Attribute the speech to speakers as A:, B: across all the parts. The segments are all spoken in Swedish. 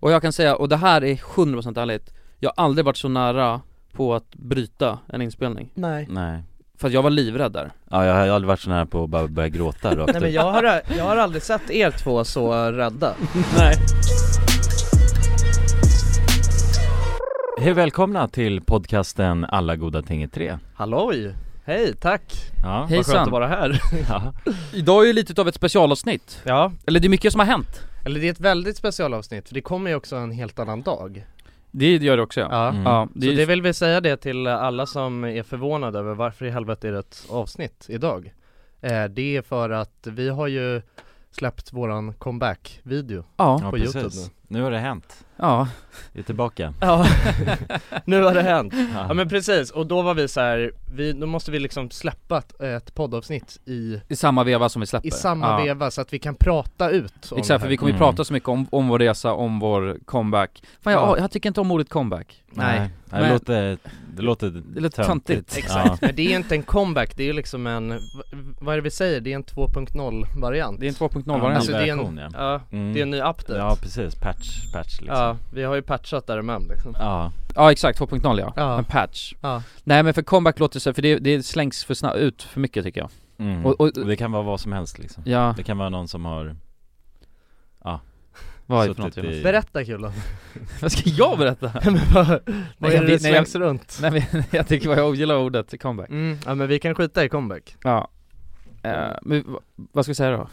A: Och jag kan säga, och det här är 100% ärligt Jag har aldrig varit så nära på att bryta en inspelning
B: Nej
C: Nej
A: För att jag var livrädd där
C: Ja jag har aldrig varit så nära på att bara börja gråta rakt
B: Nej men
C: ut.
B: jag har, jag har aldrig sett er två så rädda
C: Nej. Hej och välkomna till podcasten Alla goda ting är tre
B: Halloj! Hej, tack!
C: Ja,
A: Hej.
B: Vad skönt
A: Hejsan.
B: att vara här
C: ja.
A: Idag är ju lite av ett specialavsnitt
B: Ja,
A: Eller det är mycket som har hänt
B: eller det är ett väldigt specialavsnitt för det kommer ju också en helt annan dag
A: Det gör det också ja,
B: Ja,
C: Mm.
A: ja det
B: så
A: är
B: det vill vi säga det till alla som är förvånade över varför i helvete är det ett avsnitt idag Eh, Det är för att vi har ju släppt våran comeback-video
A: ja,
C: ja
B: På
C: precis.
B: YouTube
C: Nu har det hänt,
A: ja,
C: vi är tillbaka
B: Ja, nu har det hänt
C: ja.
B: Ja men precis, och då var vi så här, vi, då måste vi liksom släppa ett, ett poddavsnitt i,
A: i samma veva som vi släpper
B: i samma
A: ja.
B: veva så att vi kan prata ut om
A: Exakt,
B: det
A: för
B: här.
A: vi kommer ju
C: Mm.
A: prata så mycket om, om vår resa, om vår comeback Fan jag,
B: Ja.
A: jag tycker inte om ordet comeback
B: Nej.
C: Nej, det,
A: Men-
C: låter, det låter
A: Det låter töntigt
C: Ja.
B: Exakt, men det är inte en comeback, det är ju liksom en, v- vad är det vi säger? Det är en 2.0 variant
A: Det är en 2.0
C: Ja,
A: variant
B: alltså, det är
C: version,
B: en,
C: ja.
B: ja.
C: Mm.
B: det är en ny update
C: Ja
B: Ja,
C: precis, patch, patch liksom
B: vi har ju patchat däremellan liksom
C: Ja,
A: Ja exakt, 2.0 ja.
B: Ja.
A: en patch
B: Ja,
A: Nej men för comeback låter så, för det, det slängs för snabbt ut för mycket tycker jag
C: Mm.
A: Och-
C: Och,
A: och-
C: det kan vara vad som helst liksom
A: Ja,
C: Det kan vara någon som har
A: vad är det för något
C: suttit
A: Jonas?
C: i...
B: berätta Kulan,
A: Vad ska jag berätta?
B: men vad, vad
A: Nej,
B: är
A: jag
B: det
A: vet-
B: det
A: nej, jag-
B: slängs runt?
A: Nej men jag tycker vad jag ogillar ordet comeback
B: Mm, ja men vi kan skita i comeback
A: Ja Eh, Men v- vad ska vi säga då?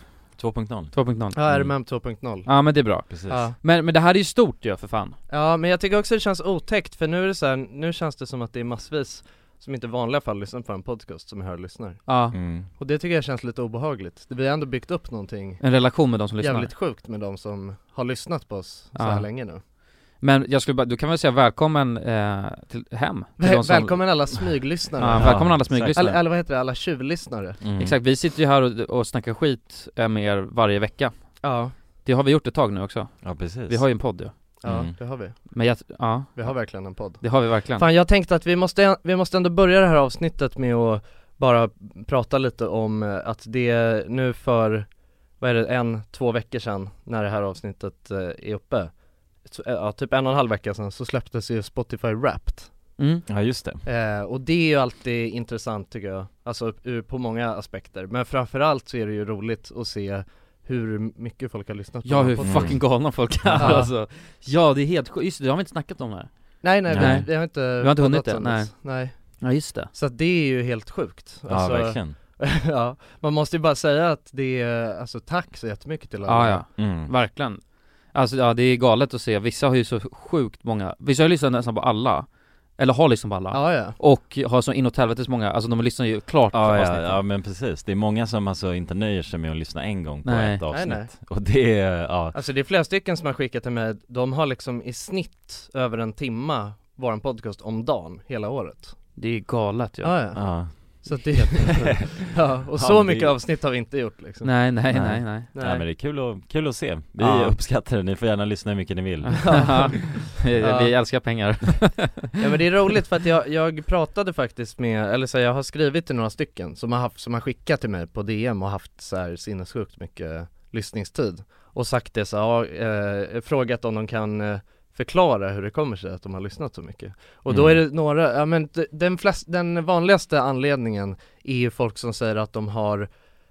C: 2.0
A: 2.0?
B: Ja,
C: Mm.
B: RMM 2.0
A: Ja men det är bra
C: Precis
B: Ja.
A: Men, men det här är ju stort ju för fan
B: Ja men jag tycker också det känns otäckt för nu är det så här, nu känns det som att det är massvis som inte i vanliga fall lyssnar på en podcast som hör och lyssnar
A: Ja,
C: Mm.
B: Och det tycker jag känns lite obehagligt, vi har ändå byggt upp någonting
A: en relation med de som lyssnar
B: jävligt sjukt med de som har lyssnat på oss
A: Ja.
B: så här länge nu
A: Men jag skulle bara, du kan väl säga välkommen eh, till, hem? Till
B: Väl-
A: de som-
B: Välkommen alla smyglyssnare!
A: Ja, välkommen alla smyglyssnare.
B: Eller, eller vad heter det, alla tjuvlyssnare?
C: Mm.
A: Exakt, vi sitter ju här och, och snackar skit eh, med er varje vecka
B: Ja,
A: Det har vi gjort ett tag nu också,
C: Ja precis
A: vi har ju en podd ju
B: ja
C: Mm.
B: det har vi,
A: Men jag, ja,
B: vi har verkligen en podd
A: det har vi verkligen
B: Fan jag tänkte att vi måste, vi måste ändå börja det här avsnittet med att bara prata lite om eh, att det nu för, vad är det, en, två veckor sedan när det här avsnittet eh, är uppe så, eh, Ja, typ en och en halv vecka sedan så släpptes ju Spotify Wrapped
A: mm.
C: Ja just det
B: eh, Och det är ju alltid intressant tycker jag, alltså ur- på många aspekter Men framförallt så är det ju roligt att se hur mycket folk har lyssnat på
A: Ja
B: den här
A: hur
B: podden.
A: fucking galna folk är
B: Ja.
A: alltså Ja det är helt sjukt, just det, det har vi inte snackat om här
B: Nej nej,
C: Nej.
B: Vi, vi har inte
A: Vi har inte hunnit
B: poddat
A: det,
B: sen
A: nej.
B: dess. nej
A: Ja just det
B: Så att det är ju helt sjukt
C: Ja
B: Alltså,
C: verkligen
B: ja, man måste ju bara säga att det är, alltså tack så jättemycket till alla
A: Ja ja,
C: mm.
A: verkligen Alltså ja det är galet att se, vissa har ju så sjukt många, vissa har ju lyssnat nästan på alla Eller har lyssnat på alla
B: ja, ja.
A: Och har så inåt helvetes många, alltså de lyssnar ju klart
C: Ja,
A: på
C: ja,
A: avsnitten
C: ja men precis, det är många som alltså inte nöjer sig med att lyssna en gång på
A: Nej.
C: ett avsnitt
B: Nej,
C: Och det är, ja,
B: Alltså det är flera stycken som har skickat till mig, de har liksom i snitt över en timma våran podcast om dagen hela året
A: Det är galet ju
B: Ja, ja.
C: ja,
B: Så att det ja, och så
C: Ja, det-
B: mycket avsnitt har vi inte gjort liksom
A: Nej nej
C: Nej.
A: nej nej
C: Nej. men det är kul att, kul att se, vi
A: Ja.
C: uppskattar det, ni får gärna lyssna hur mycket ni vill
A: vi,
B: Ja.
A: vi älskar pengar
B: Ja men det är roligt för att jag, jag pratade faktiskt med, eller så här, jag har skrivit till några stycken som har, haft, som har skickat till mig på DM och haft så här sinnessjukt mycket lyssningstid och sagt det så här, ja, eh, frågat om de kan eh, förklara hur det kommer sig att de har lyssnat så mycket. Och då är
C: Mm.
B: det några, ja men d- den, flest, den vanligaste anledningen är ju folk som säger att de har,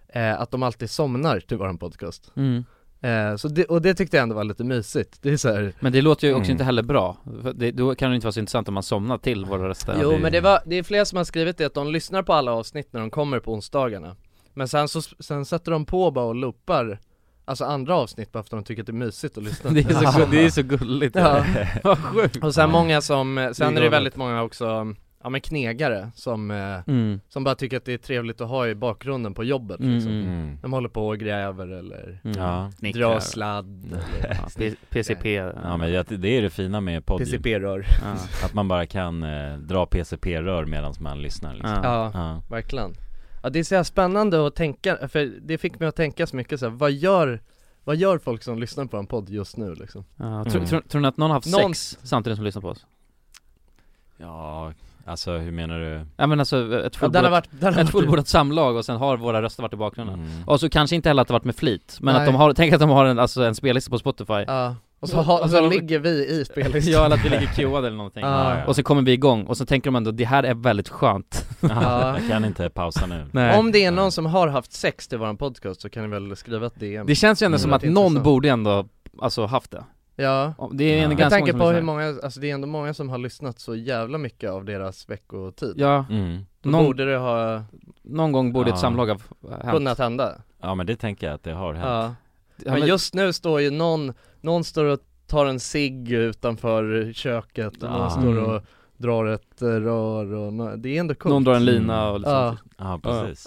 B: eh, att de alltid somnar till våran podcast.
A: mm.
B: Eh, så det, och det tyckte jag ändå var lite mysigt, det är så här,
A: Men det låter ju också
C: Mm.
A: inte heller bra, För det, då kan det inte vara så intressant om man somnar till våra röster
B: Jo
C: det-
B: men det, var, det är flera som har skrivit det att de lyssnar på alla avsnitt när de kommer på onsdagarna Men sen så, sen sätter de på bara och loopar Alltså andra avsnitt bara för att de tycker att det är mysigt att lyssna
A: Det är så,
B: Ja.
A: gu- det är så gulligt
B: Ja.
A: Vad sjukt
B: Och sen många som,
A: Det är
B: sen är det
A: galet.
B: väldigt många också Ja men knegare som, eh,
A: mm.
B: som bara tycker att det är trevligt att ha i bakgrunden på jobbet
A: Mm,
B: liksom.
A: mm.
C: mm.
B: De håller på och gräver eller
A: Mm.
C: Ja,
B: drar sladd eller
A: Ja, P- PCP
C: ja men jag- det är det fina med podd ju.
B: PCP-rör
A: ja.
C: Att man bara kan eh, dra PCP-rör medan man lyssnar liksom.
A: Ja.
B: Ja,
C: Ja.
B: Verkligen. Ja det är så här spännande att tänka, för det fick mig att tänka så mycket så här, vad gör, vad gör folk som lyssnar på en podd just nu liksom?
A: Ja, tror,
C: Mm.
A: tror, tror ni att någon har haft
B: Någon-
A: sex samtidigt som lyssnar på oss?
C: ja, alltså hur menar du?
A: Ja men alltså ett
B: Ja, den har
A: fullbordat,
B: varit, den har
A: ett
B: varit
A: fullbordat samlag och sen har våra röster varit i bakgrunden
C: Mm.
A: Och så kanske inte heller att det varit med flit, men
B: Nej.
A: att de har, tänk att de har en, alltså en spellista på Spotify
B: ja, Och så, ha,
A: Och
B: och
A: så-
B: så ligger vi i spellistan
A: Ja eller att vi ligger cuade eller någonting
B: Ja,
C: ja.
A: Och så kommer vi igång, och så tänker de ändå det här är väldigt skönt
B: Ja.
C: Jag kan inte pausa nu
A: Nej.
B: Om det är någon som har haft sex till våran podcast så kan ni väl skriva ett DM
A: Det känns ju ändå
C: Mm.
A: som att
B: Det är
A: någon
B: intressant.
A: borde ändå, alltså haft det
B: Ja
A: Det är
C: Ja.
A: en
C: Med
B: Med
A: ganska
B: tanke
A: många
B: på
A: som
B: hur
A: lyssnar.
B: många, alltså det är ändå många som har lyssnat så jävla mycket av deras veckotid
A: Ja,
C: mm.
B: Då
A: någon,
B: borde det ha
A: någon gång borde
C: Ja.
A: ett samlag ha äh, hänt
B: kunnat hända
C: Ja men det tänker jag att det har hänt
B: Ja,
A: Ja,
B: men
A: men-
B: just nu står ju någon, någon står och tar en cigg utanför köket och
C: Ja.
B: någon står
A: Mm.
B: och drar ett eh, rör och nå- det är ändå coolt
A: Någon drar en lina och liksom
B: Ja.
C: Ja precis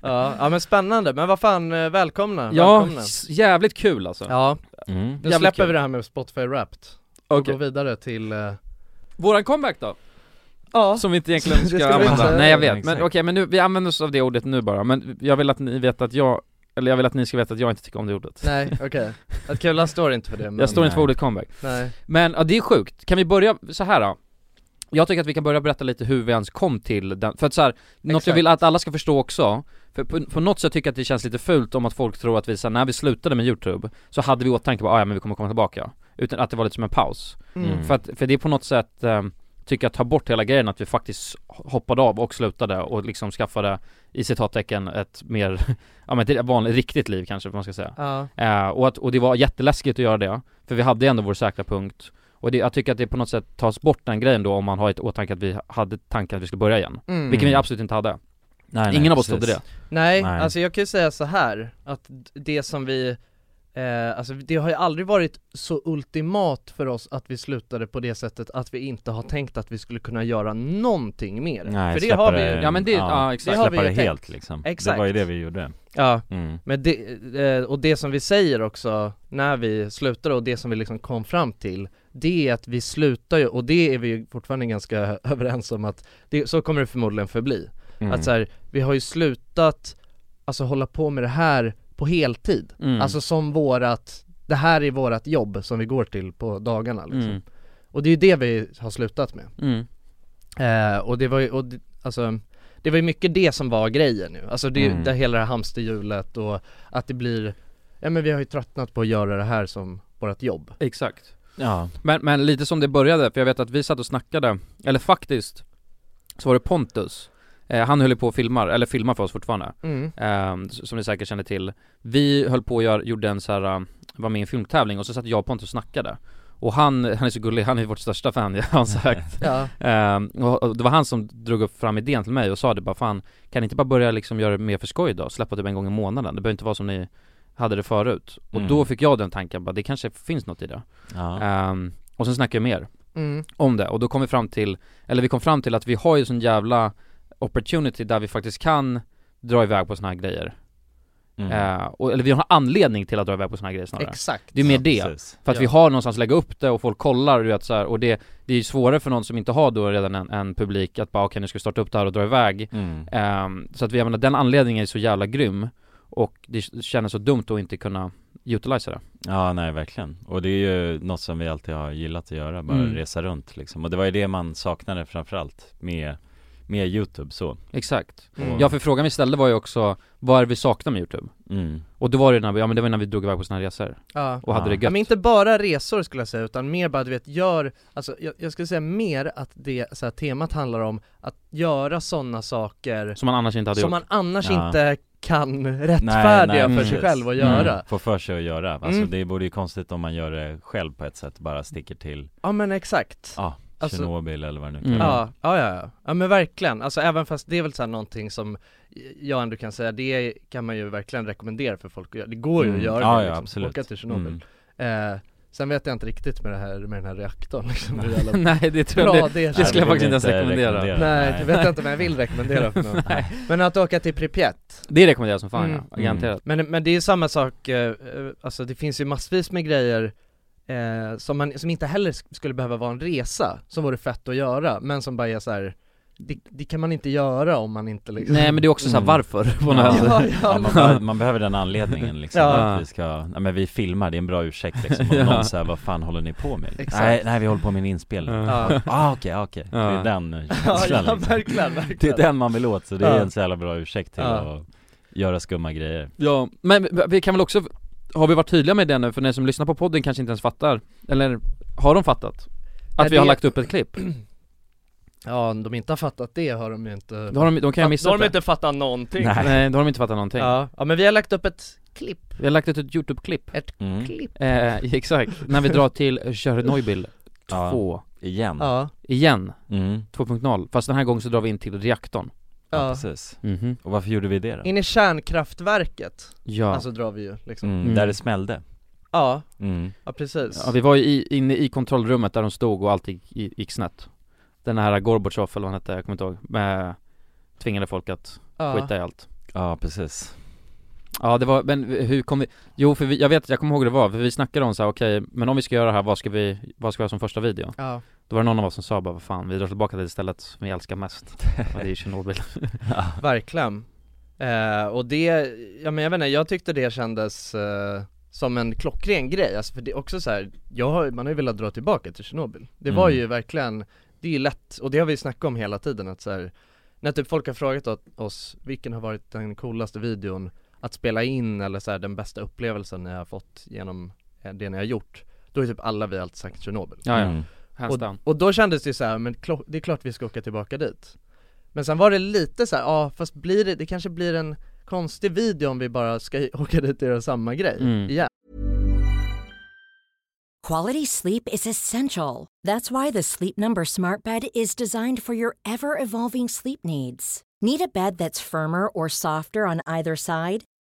B: ja, ja men spännande, men vad fan, eh, välkomna,
A: Ja,
B: välkomna.
A: s- jävligt kul alltså
B: Ja,
C: mm.
B: nu
A: Jävligt
B: släpper
A: kul.
B: vi det här med Spotify Wrapped och
A: Okej.
B: går vidare till eh,
A: Våran comeback då?
B: Ja,
A: Som vi inte egentligen
B: Det
A: ska,
B: ska vi
A: använda
B: inte-
A: Nej jag vet, men
C: Exakt.
A: okej men nu, vi använder oss av det ordet nu bara Men jag vill att ni vet att jag, eller jag vill att ni ska veta att jag inte tycker om det ordet
B: nej okej, att Kulan står inte för det men,
A: Jag står inte för
C: Nej.
A: ordet comeback
B: nej,
A: Men ja, det är sjukt, kan vi börja så här då? Jag tycker att vi kan börja berätta lite hur vi ens kom till den, för att så här, något jag
B: Exakt.
A: vill att alla ska förstå också för på, på något sätt tycker jag att det känns lite fult om att folk tror att vi så här, när vi slutade med youtube Så hade vi i åtanke bara, ah, ja men vi kommer komma tillbaka Utan att det var lite som en paus
C: Mm.
A: För, att, för det är på något sätt, eh, tycker jag, tar bort hela grejen att vi faktiskt hoppade av och slutade och liksom skaffade, i citattecken, ett mer, ja men ett vanligt, riktigt liv kanske man ska säga.
B: ja,
A: Eh, och, att, och det var jätteläskigt att göra det, för vi hade ändå vår säkra punkt. Och det, jag tycker att det på något sätt tas bort den grejen då om man har ett åtanke att vi hade tanken att vi skulle börja igen.
B: mm.
A: Vilket vi absolut inte hade.
C: nej, nej,
A: Ingen av oss
C: precis.
A: trodde det.
B: Nej,
C: Nej.
B: alltså jag kan ju säga så här att d- det som vi Eh, alltså det har ju aldrig varit så ultimat för oss att vi slutade på det sättet att vi inte har tänkt att vi skulle kunna göra någonting mer.
C: Nej,
B: för det
C: släppa
B: har vi ju,
A: Ja, men det- ja, exakt.
B: Det har vi
C: Släppa det
B: ju tänkt.
C: helt liksom Det
B: Exakt.
C: var ju det vi gjorde
B: ja,
C: mm.
B: Men det, eh, och det som vi säger också när vi slutar och det som vi liksom kom fram till Det är att vi slutar ju, och det är vi ju fortfarande ganska överens om att det, Så kommer det förmodligen förbli
C: Mm.
B: Att så här, vi har ju slutat Alltså hålla på med det här på heltid
A: Mm.
B: Alltså som vårat Det här är vårat jobb som vi går till på dagarna liksom.
A: Mm.
B: Och det är ju det vi har slutat med
A: Mm.
B: Eh, och det var ju, och det, alltså det var ju mycket det som var grejen nu, alltså det,
C: Mm.
B: det hela det här hamsterhjulet och att det blir, ja men vi har ju tröttnat på att göra det här som vårt jobb
A: Exakt.
C: Ja,
A: Men, men lite som det började, för jag vet att vi satt och snackade, eller faktiskt så var det Pontus, eh, han höll ju på och filmar, eller filmar för oss fortfarande,
B: mm.
A: eh, s- som ni säkert känner till. Vi höll på och gör, gjorde en så här, eh, var med i en filmtävling och så satt jag och Pontus och snackade. Och han, han är så gullig, han är vårt största fan, jag har
C: Mm.
A: sagt.
B: Ja,
A: Eh, och, och det var han som drog upp fram idén till mig och sa det bara fan, kan ni inte bara börja liksom göra det mer för skoj då? Släppa typ en gång i månaden, det behöver inte vara som ni hade det förut. Och
C: Mm.
A: då fick jag den tanken bara, det kanske finns något i det.
C: ja,
B: Eh,
A: Ehm, och sen snackade jag mer
B: mm.
A: om det och då kom vi fram till, eller vi kom fram till att vi har ju sån jävla opportunity där vi faktiskt kan dra iväg på såna här grejer.
C: mm.
A: Eh, och, eller vi har anledning till att dra iväg på såna här grejer snarare.
B: exakt
A: det är mer
C: Ja,
A: det.
C: precis.
A: För att
B: Ja.
A: vi har någonstans att lägga upp det och folk kollar och du vet så här, och det, det är ju svårare för någon som inte har då redan en, en publik att bara okej nu ska vi starta upp det här och dra iväg.
C: Mm.
A: Ehm, så att vi, jag menar den anledningen är så jävla grym och det känns så dumt att inte kunna utilisa det.
C: Ja, nej verkligen. Och det är ju något som vi alltid har gillat att göra, bara
A: Mm.
C: resa runt liksom. Och det var ju det man saknade framförallt med, med YouTube så.
A: Exakt.
B: Mm.
A: Ja för frågan vi ställde var ju också, vad är det vi saknar med YouTube?
C: Mm.
A: Och då var det när vi, ja men det var när vi drog iväg på såna här resor
B: ja.
A: och hade
C: Ja.
A: det
B: ja
A: gött
B: men inte bara resor skulle jag säga utan mer bara du vet, gör, alltså jag, jag skulle säga mer att det, så här, temat handlar om att göra sådana saker
A: Som man annars inte hade
B: som
A: gjort
B: man annars
C: Ja.
B: inte kan rättfärdiga för
A: mm.
B: sig
C: precis.
B: själv att
A: Mm.
B: göra
C: Få för sig att göra. Alltså
B: Mm.
C: det vore ju konstigt om man gör det själv på ett sätt, bara sticker till,
B: Ja men exakt
C: ja,
B: Alltså-
C: Tjernobyl eller vad det nu
A: Mm.
C: kan vara.
B: Ja, ja, ja, ja. ja men verkligen. Alltså även fast det är väl så här någonting som jag ändå kan säga, det kan man ju verkligen rekommendera för folk att göra. Det går ju
C: Mm.
B: att göra
C: Ja,
B: det
C: ja,
B: liksom,
C: absolut.
B: åka till
C: Mm.
B: Tjernobyl. Eh, sen vet jag inte riktigt med det här, med den här reaktorn liksom, hur jävla
A: Nej det tror jag
B: bra
A: det,
B: det är.
A: det skulle jag
C: vill
A: faktiskt inte ens
C: inte
A: rekommendera,
C: rekommendera.
B: Nej,
C: Nej.
B: det vet jag inte men jag vill rekommendera för någon. Men att åka till Pripyat.
A: Det rekommenderar jag som fan
B: Mm.
A: ja, garanterat
B: Men, men det är ju samma sak, eh, eh, alltså det finns ju massvis med grejer eh, som, man, som inte heller sk- skulle behöva vara en resa, som vore fett att göra, men som bara är så här. Det, det kan man inte göra om man inte liksom
A: Nej men det är också såhär
C: Mm.
A: varför på något
C: Ja.
A: sätt
B: ja,
C: Ja,
B: ja.
C: man, behöver, man behöver den anledningen liksom,
A: Ja.
C: att vi ska, nej men vi filmar, det är en bra ursäkt liksom, om
A: Ja.
C: någon säger vad fan håller ni på med?
B: Exakt.
C: Nej, nej vi håller på med en inspelning. Ja,
A: Ja.
C: ah, okej, okej, det
A: Ja.
C: är den
B: Ja,
C: känslan
B: ja,
C: liksom.
B: verkligen,
C: Det är
B: verkligen.
C: den man vill åt, så det är
B: Ja.
C: en så jävla bra ursäkt till
B: Ja.
C: att göra skumma grejer
A: Ja, men vi kan väl också har vi varit tydliga med det nu? För ni som lyssnar på podden kanske inte ens fattar Eller har de fattat? Att
B: Nej,
A: vi har
B: det-
A: lagt upp ett klipp?
B: Ja, de inte har fattat det har de ju inte
A: Då har de, de
D: Då
A: kan ju ha
D: har
A: missat
D: de
A: det
D: inte fattat någonting
C: Nej.
A: Nej, då har de inte fattat någonting
B: ja. ja, men vi har lagt upp ett klipp,
A: Vi har lagt ut ett YouTube-klipp
C: Mm.
B: klipp
A: eh, Exakt, när vi drar till Tjernobyl 2
C: Ja. Igen. Ja.
B: Ja,
A: Igen,
C: Mm.
A: 2.0 Fast den här gången så drar vi in till reaktorn
C: ja,
B: ja.
C: precis.
A: Mhm.
C: Och varför gjorde vi det då?
B: In i kärnkraftverket,
A: Ja,
B: alltså drar vi ju liksom
C: Mm.
A: Mm.
C: Där det smällde.
B: Ja,
C: Mm.
B: ja precis
A: ja vi var ju i, inne i kontrollrummet där de stod och allt gick, i- gick snett Den här Gorbatjov eller vad han hette, jag kommer inte ihåg med, Tvingade folk att
B: Ja.
A: skita i allt
C: Ja, precis.
A: Ja det var, men hur kom vi, jo för vi, jag vet, jag kommer ihåg hur det var, för vi snackade om så här, okej, men om vi ska göra det här, vad ska vi, vad ska vi ha som första video?
B: Ja,
A: Då var det någon av oss som sa bara, vad fan, vi drar tillbaka till det stället som vi älskar mest, och det är Tjernobyl
B: verkligen eh, Och det, ja men jag vet inte, jag tyckte det kändes eh, som en klockren grej, alltså för det är också så här, jag har, man har ju velat dra tillbaka till Tjernobyl Det var
C: Mm.
B: ju verkligen, det är ju lätt, och det har vi snackat om hela tiden att så här, när typ folk har frågat åt oss, vilken har varit den coolaste videon att spela in eller så här, den bästa upplevelsen ni har fått genom eh, det ni har gjort Då är typ alla vi alltid sagt Tjernobyl
A: Ja ja,
C: Mm.
A: hands
B: och,
A: down
B: och då kändes det ju så här, men klo- det är klart vi ska åka tillbaka dit Men sen var det lite så här, ja fast blir det, det kanske blir en konstig video om vi bara ska åka dit och göra samma grej
A: Mm.
B: igen
E: Quality sleep is essential. That's why the Sleep Number Smart Bed is designed for your ever evolving sleep needs. Need a bed that's firmer or softer on either side?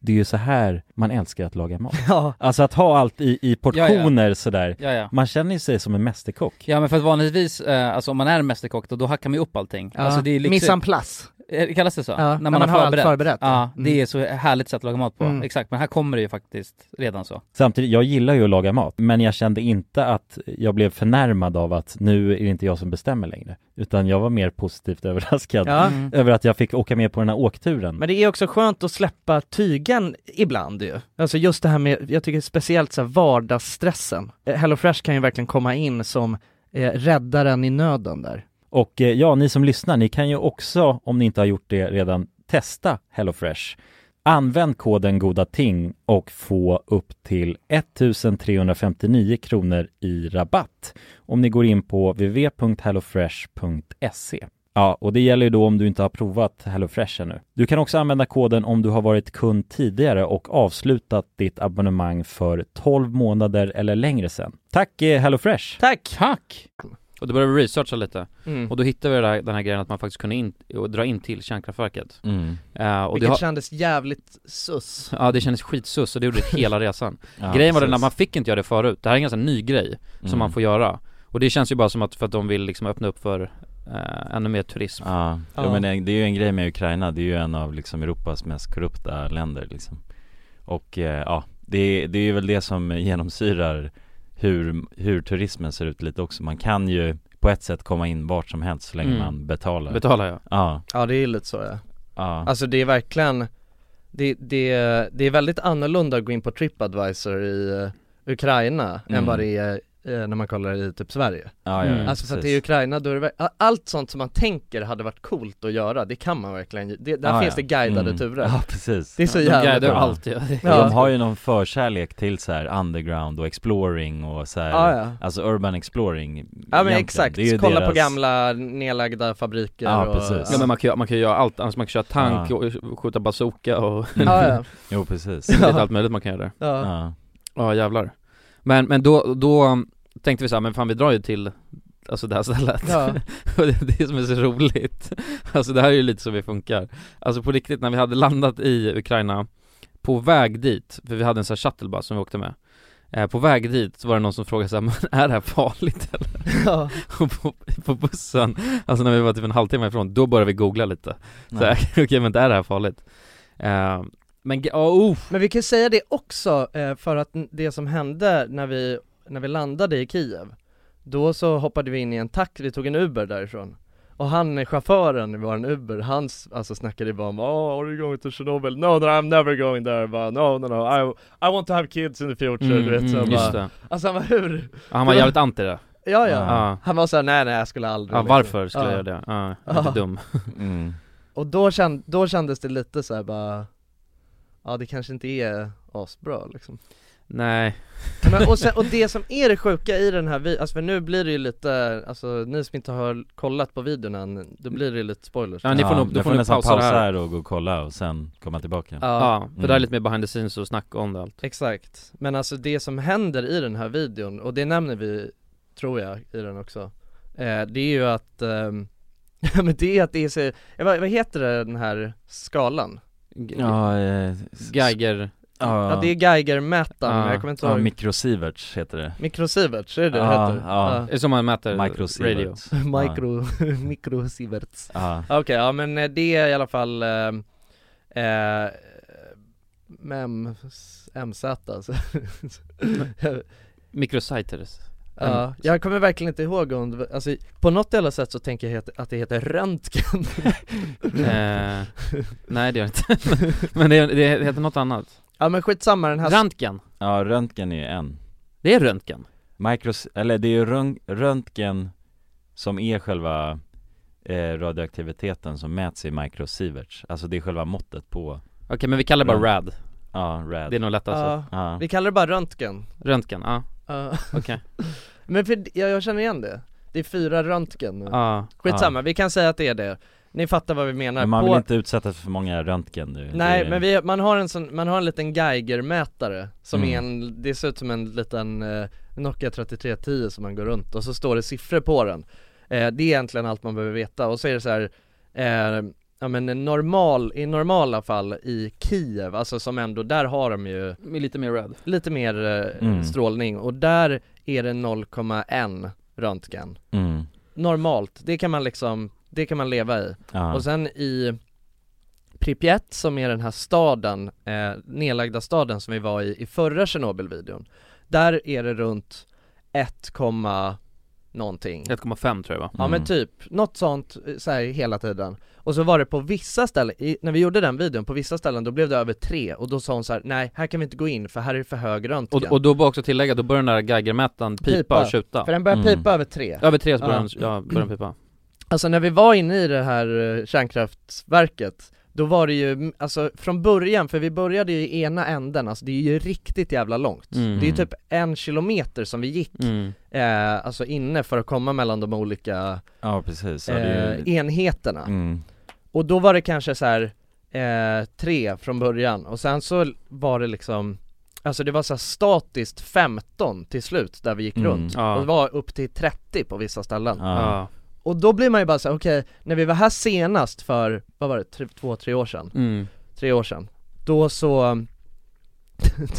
C: det är ju så här man älskar att laga mat.
B: Ja.
C: Alltså att ha allt i, i portioner sådär.
F: Ja, ja.
C: Man känner ju sig som en mästerkock.
F: Ja men för att vanligtvis, eh, alltså om man är en mästerkock då, då hackar man ju upp allting.
B: Ja.
F: Alltså det är lyxigt.
B: Mise en place.
F: Eh, Kallas det så?
B: Ja, när man har allt förberett, ja.
F: Ja, det
B: Mm.
F: är så härligt sätt att laga mat på.
B: Mm.
F: Exakt, men här kommer det ju faktiskt redan så.
C: Samtidigt, jag gillar ju att laga mat, men jag kände inte att jag blev förnärmad av att nu är det inte jag som bestämmer längre. Utan jag var mer positivt överraskad
B: Ja.
C: över att jag fick åka med på den här åkturen.
B: Men det är också skönt att släppa tygen ibland ju. Alltså just det här med, jag tycker speciellt så här vardagsstressen. Eh, HelloFresh kan ju verkligen komma in som eh, räddaren i nöden där.
C: Och eh, ja, ni som lyssnar, ni kan ju också, om ni inte har gjort det redan, testa HelloFresh. Använd koden goda ting och få upp till 1359 kronor i rabatt om ni går in på www.hellofresh.se. Ja, och det gäller ju då om du inte har provat HelloFresh ännu. Du kan också använda koden om du har varit kund tidigare och avslutat ditt abonnemang för 12 månader eller längre sedan. Tack eh, HelloFresh!
B: Tack!
A: Tack! Och då började vi researcha lite
B: Mm.
A: och då hittade vi det här, den här grejen att man faktiskt kunde in, och dra in till kärnkraftverket
C: Mm.
A: Eh, och det
B: Vilket
A: har,
B: kändes jävligt sus.
A: Ja det kändes skitsus och det gjorde det hela resan
C: Ja,
A: Grejen var den att
C: precis.
A: man fick inte göra det förut, det här är en ganska ny grej som
C: Mm.
A: man får göra Och det känns ju bara som att, för att de vill liksom öppna upp för eh, ännu mer turism
D: Ja,
B: Ja.
D: Jo, men det, det är ju en grej med Ukraina, det är ju en av liksom Europas mest korrupta länder liksom. Och eh, ja, det, det är ju väl det som genomsyrar hur, hur turismen ser ut lite också. Man kan ju på ett sätt komma in vart som helst så länge
A: Mm.
D: man betalar.
A: Betalar jag?
D: ja,
B: Ja det är lite så ja.
D: ja.
B: Alltså det är verkligen, det, det, det är väldigt annorlunda att gå in på Tripadvisor i eh, Ukraina än
D: Mm.
B: vad det är eh, när man kollar i typ Sverige.
D: ja, ja,
A: Mm.
D: ja
B: Alltså för att det
D: precis.
B: är Ukraina, då är det, ver- a- allt sånt som man tänker hade varit coolt att göra, det kan man verkligen, det, där
D: Ja,
B: finns
D: ja.
B: det guidade
D: Mm.
B: turer.
D: Ja, precis.
B: Det är så
A: De guidar
B: jävla
A: ju
D: bra.
A: alltid
B: Ja.
D: De har ju någon förkärlek till så här underground och exploring och så här,
B: Ja, ja.
D: alltså urban exploring
B: Ja men
D: egentligen.
B: exakt,
D: Det är ju
B: kolla på
D: deras-
B: gamla nedlagda fabriker
D: Ja,
B: och
D: precis.
A: Ja men man kan, ju- man kan ju göra allt, alltså man kan köra tank
D: Ja.
A: och skjuta bazooka och
B: ja, ja,
D: Jo precis,
A: lite allt möjligt man kan göra där
B: ja.
D: ja.
A: um, Ja jävlar Men, men då, då tänkte vi så här, men fan vi drar ju till likt, alltså det här stället.
B: Ja.
A: Och det är det som är så roligt. Alltså det här är ju lite så vi funkar. Alltså på riktigt, när vi hade landat i Ukraina, på väg dit, för vi hade en sån här shuttlebuss som vi åkte med. Eh, på väg dit så var det någon som frågade såhär, men är det här farligt eller?
B: Ja.
A: Och på, på bussen, alltså när vi var typ en halvtimme ifrån, då började vi googla lite. Så här,
D: Nej.
A: Okej men är det här farligt? Eh, men, ge- ja, oh,
B: Men vi kan ju säga det också, eh, för att n- det som hände när vi, när vi landade i Kiev Då så hoppade vi in i en taxi, vi tog en Uber därifrån Och han, eh, chauffören i våran Uber, han s- alltså snackade bara om oh, are you going to Chernobyl? No, no I'm never going there, bara, no, no, no, I, I want to have kids in the future, du vet så jag
A: Mm, just
B: bara,
A: det.
B: Alltså han var hur?
A: Ja, han var jävligt anti det.
B: Ja ja,
A: Ja.
B: han var såhär nej nej jag skulle aldrig
A: Ja,
B: liksom."
A: varför skulle
B: Ja.
A: jag göra det? Ja, jag är inte
B: Ja.
A: dum.
D: Mm.
B: Och då, känd, då kändes det lite så här bara Ja det kanske inte är asbra liksom
A: Nej,
B: Men, och, sen, och det som är det sjuka i den här videon, alltså för nu blir det ju lite, alltså ni som inte har kollat på videon än, då blir det ju lite spoilers
A: Ja, ni får nog- då
D: jag
A: får ni
D: nästan
A: pausa det här.
D: och gå och kolla och sen komma tillbaka
A: ja,
B: ja,
A: för
D: Mm.
A: det här är lite mer behind the scenes och snack om det allt
B: exakt Men alltså det som händer i den här videon, och det nämner vi, tror jag, i den också eh, Det är ju att, ehm, ja men det är att det är så, ja, vad, vad heter det, den här skalan?
A: G-
D: Ja, eh,
A: Geiger,
B: Ja,
D: ja,
B: det är Geiger-mätaren,
A: Ja.
B: men jag kommer inte
D: ja,
B: ihåg
D: mikrosieverts heter det
B: Mikrosieverts, är det det det
D: Ja,
B: heter?
D: ja.
A: är som man mäter radio
D: Microsieverts
B: Micro, mikrosieverts
D: Ja,
B: Okej, ja men eh, det är i alla fall eh, eh, mem, MZ alltså.
A: Micrositers
B: ja, jag kommer verkligen inte ihåg om det, var- alltså på något jävla sätt så tänker jag het- att det heter röntgen
A: eh, Nej det gör det inte, men det, det heter något annat
B: Ja men skitsamma den här
A: Röntgen,
D: ja röntgen är ju en
A: det är röntgen
D: Micros, eller det är ju rön- röntgen som är själva eh, radioaktiviteten som mäts i microsieverts Alltså det är själva måttet på,
A: Okej men vi kallar det bara RAD,
D: ja, rad
A: det är nog lättast
B: ja,
D: ja.
B: vi kallar det bara röntgen
A: Röntgen, ja,
B: Ja.
A: okej,
B: Men för, d- jag, jag känner igen det, det är fyra röntgen nu
A: ja
B: Skitsamma, vi kan säga att det är det Ni fattar vad vi menar
D: Men man
B: På-
D: vill inte utsätta sig för många röntgen nu Det
B: Nej
D: är-
B: men vi, man har en sån, man har en liten Geiger-mätare som
D: Mm.
B: är en, det ser ut som en liten eh, Nokia 3310 som man går runt och så står det siffror på den eh, Det är egentligen allt man behöver veta och så är det så här, eh, ja men en normal, i normala fall i Kiev, alltså som ändå, där har de ju
A: Lite mer RAD
B: lite mer eh,
D: Mm.
B: strålning och där är det 0,1 röntgen
D: mm.
B: Normalt, det kan man liksom, det kan man leva i
D: ja.
B: och sen i Pripyat som är den här staden, eh, nedlagda staden som vi var i i förra Tjernobyl-videon Där är det runt 1, komma någonting
A: 1,5 tror jag va?
B: Ja men
D: Mm.
B: typ, något sånt eh, så här, hela tiden Och så var det på vissa ställen, i, när vi gjorde den videon, på vissa ställen då blev det över 3 och då sa hon så här: nej här kan vi inte gå in för här är det för hög röntgen
A: Och, och då bara också tillägga, då börjar den där Geigermätaren pipa,
B: Pipa.
A: och tjuta
B: För den börjar
D: Mm.
B: pipa över 3
A: Över tre så börjar den,
B: Ja.
A: ja, börjar den pipa
B: Alltså när vi var inne i det här eh, kärnkraftverket då var det ju, mm, alltså från början, för vi började ju i ena änden, alltså det är ju riktigt jävla långt
A: Mm.
B: Det är ju typ en kilometer som vi gick,
A: mm.
B: eh, alltså inne för att komma mellan de olika
D: ja precis, ja, det är ju...
B: eh, enheterna
D: mm.
B: Och då var det kanske så här eh, tre från början, och sen så var det liksom Alltså det var så här statiskt 15 till slut där vi gick
D: Mm.
B: runt,
A: Ja.
B: och det var upp till 30 på vissa ställen
D: ja.
A: Ja,
B: och då blir man ju bara såhär, okej, när vi var här senast för, vad var det, tre, två, tre år sedan?
A: mm.
B: Tre år sedan Då så,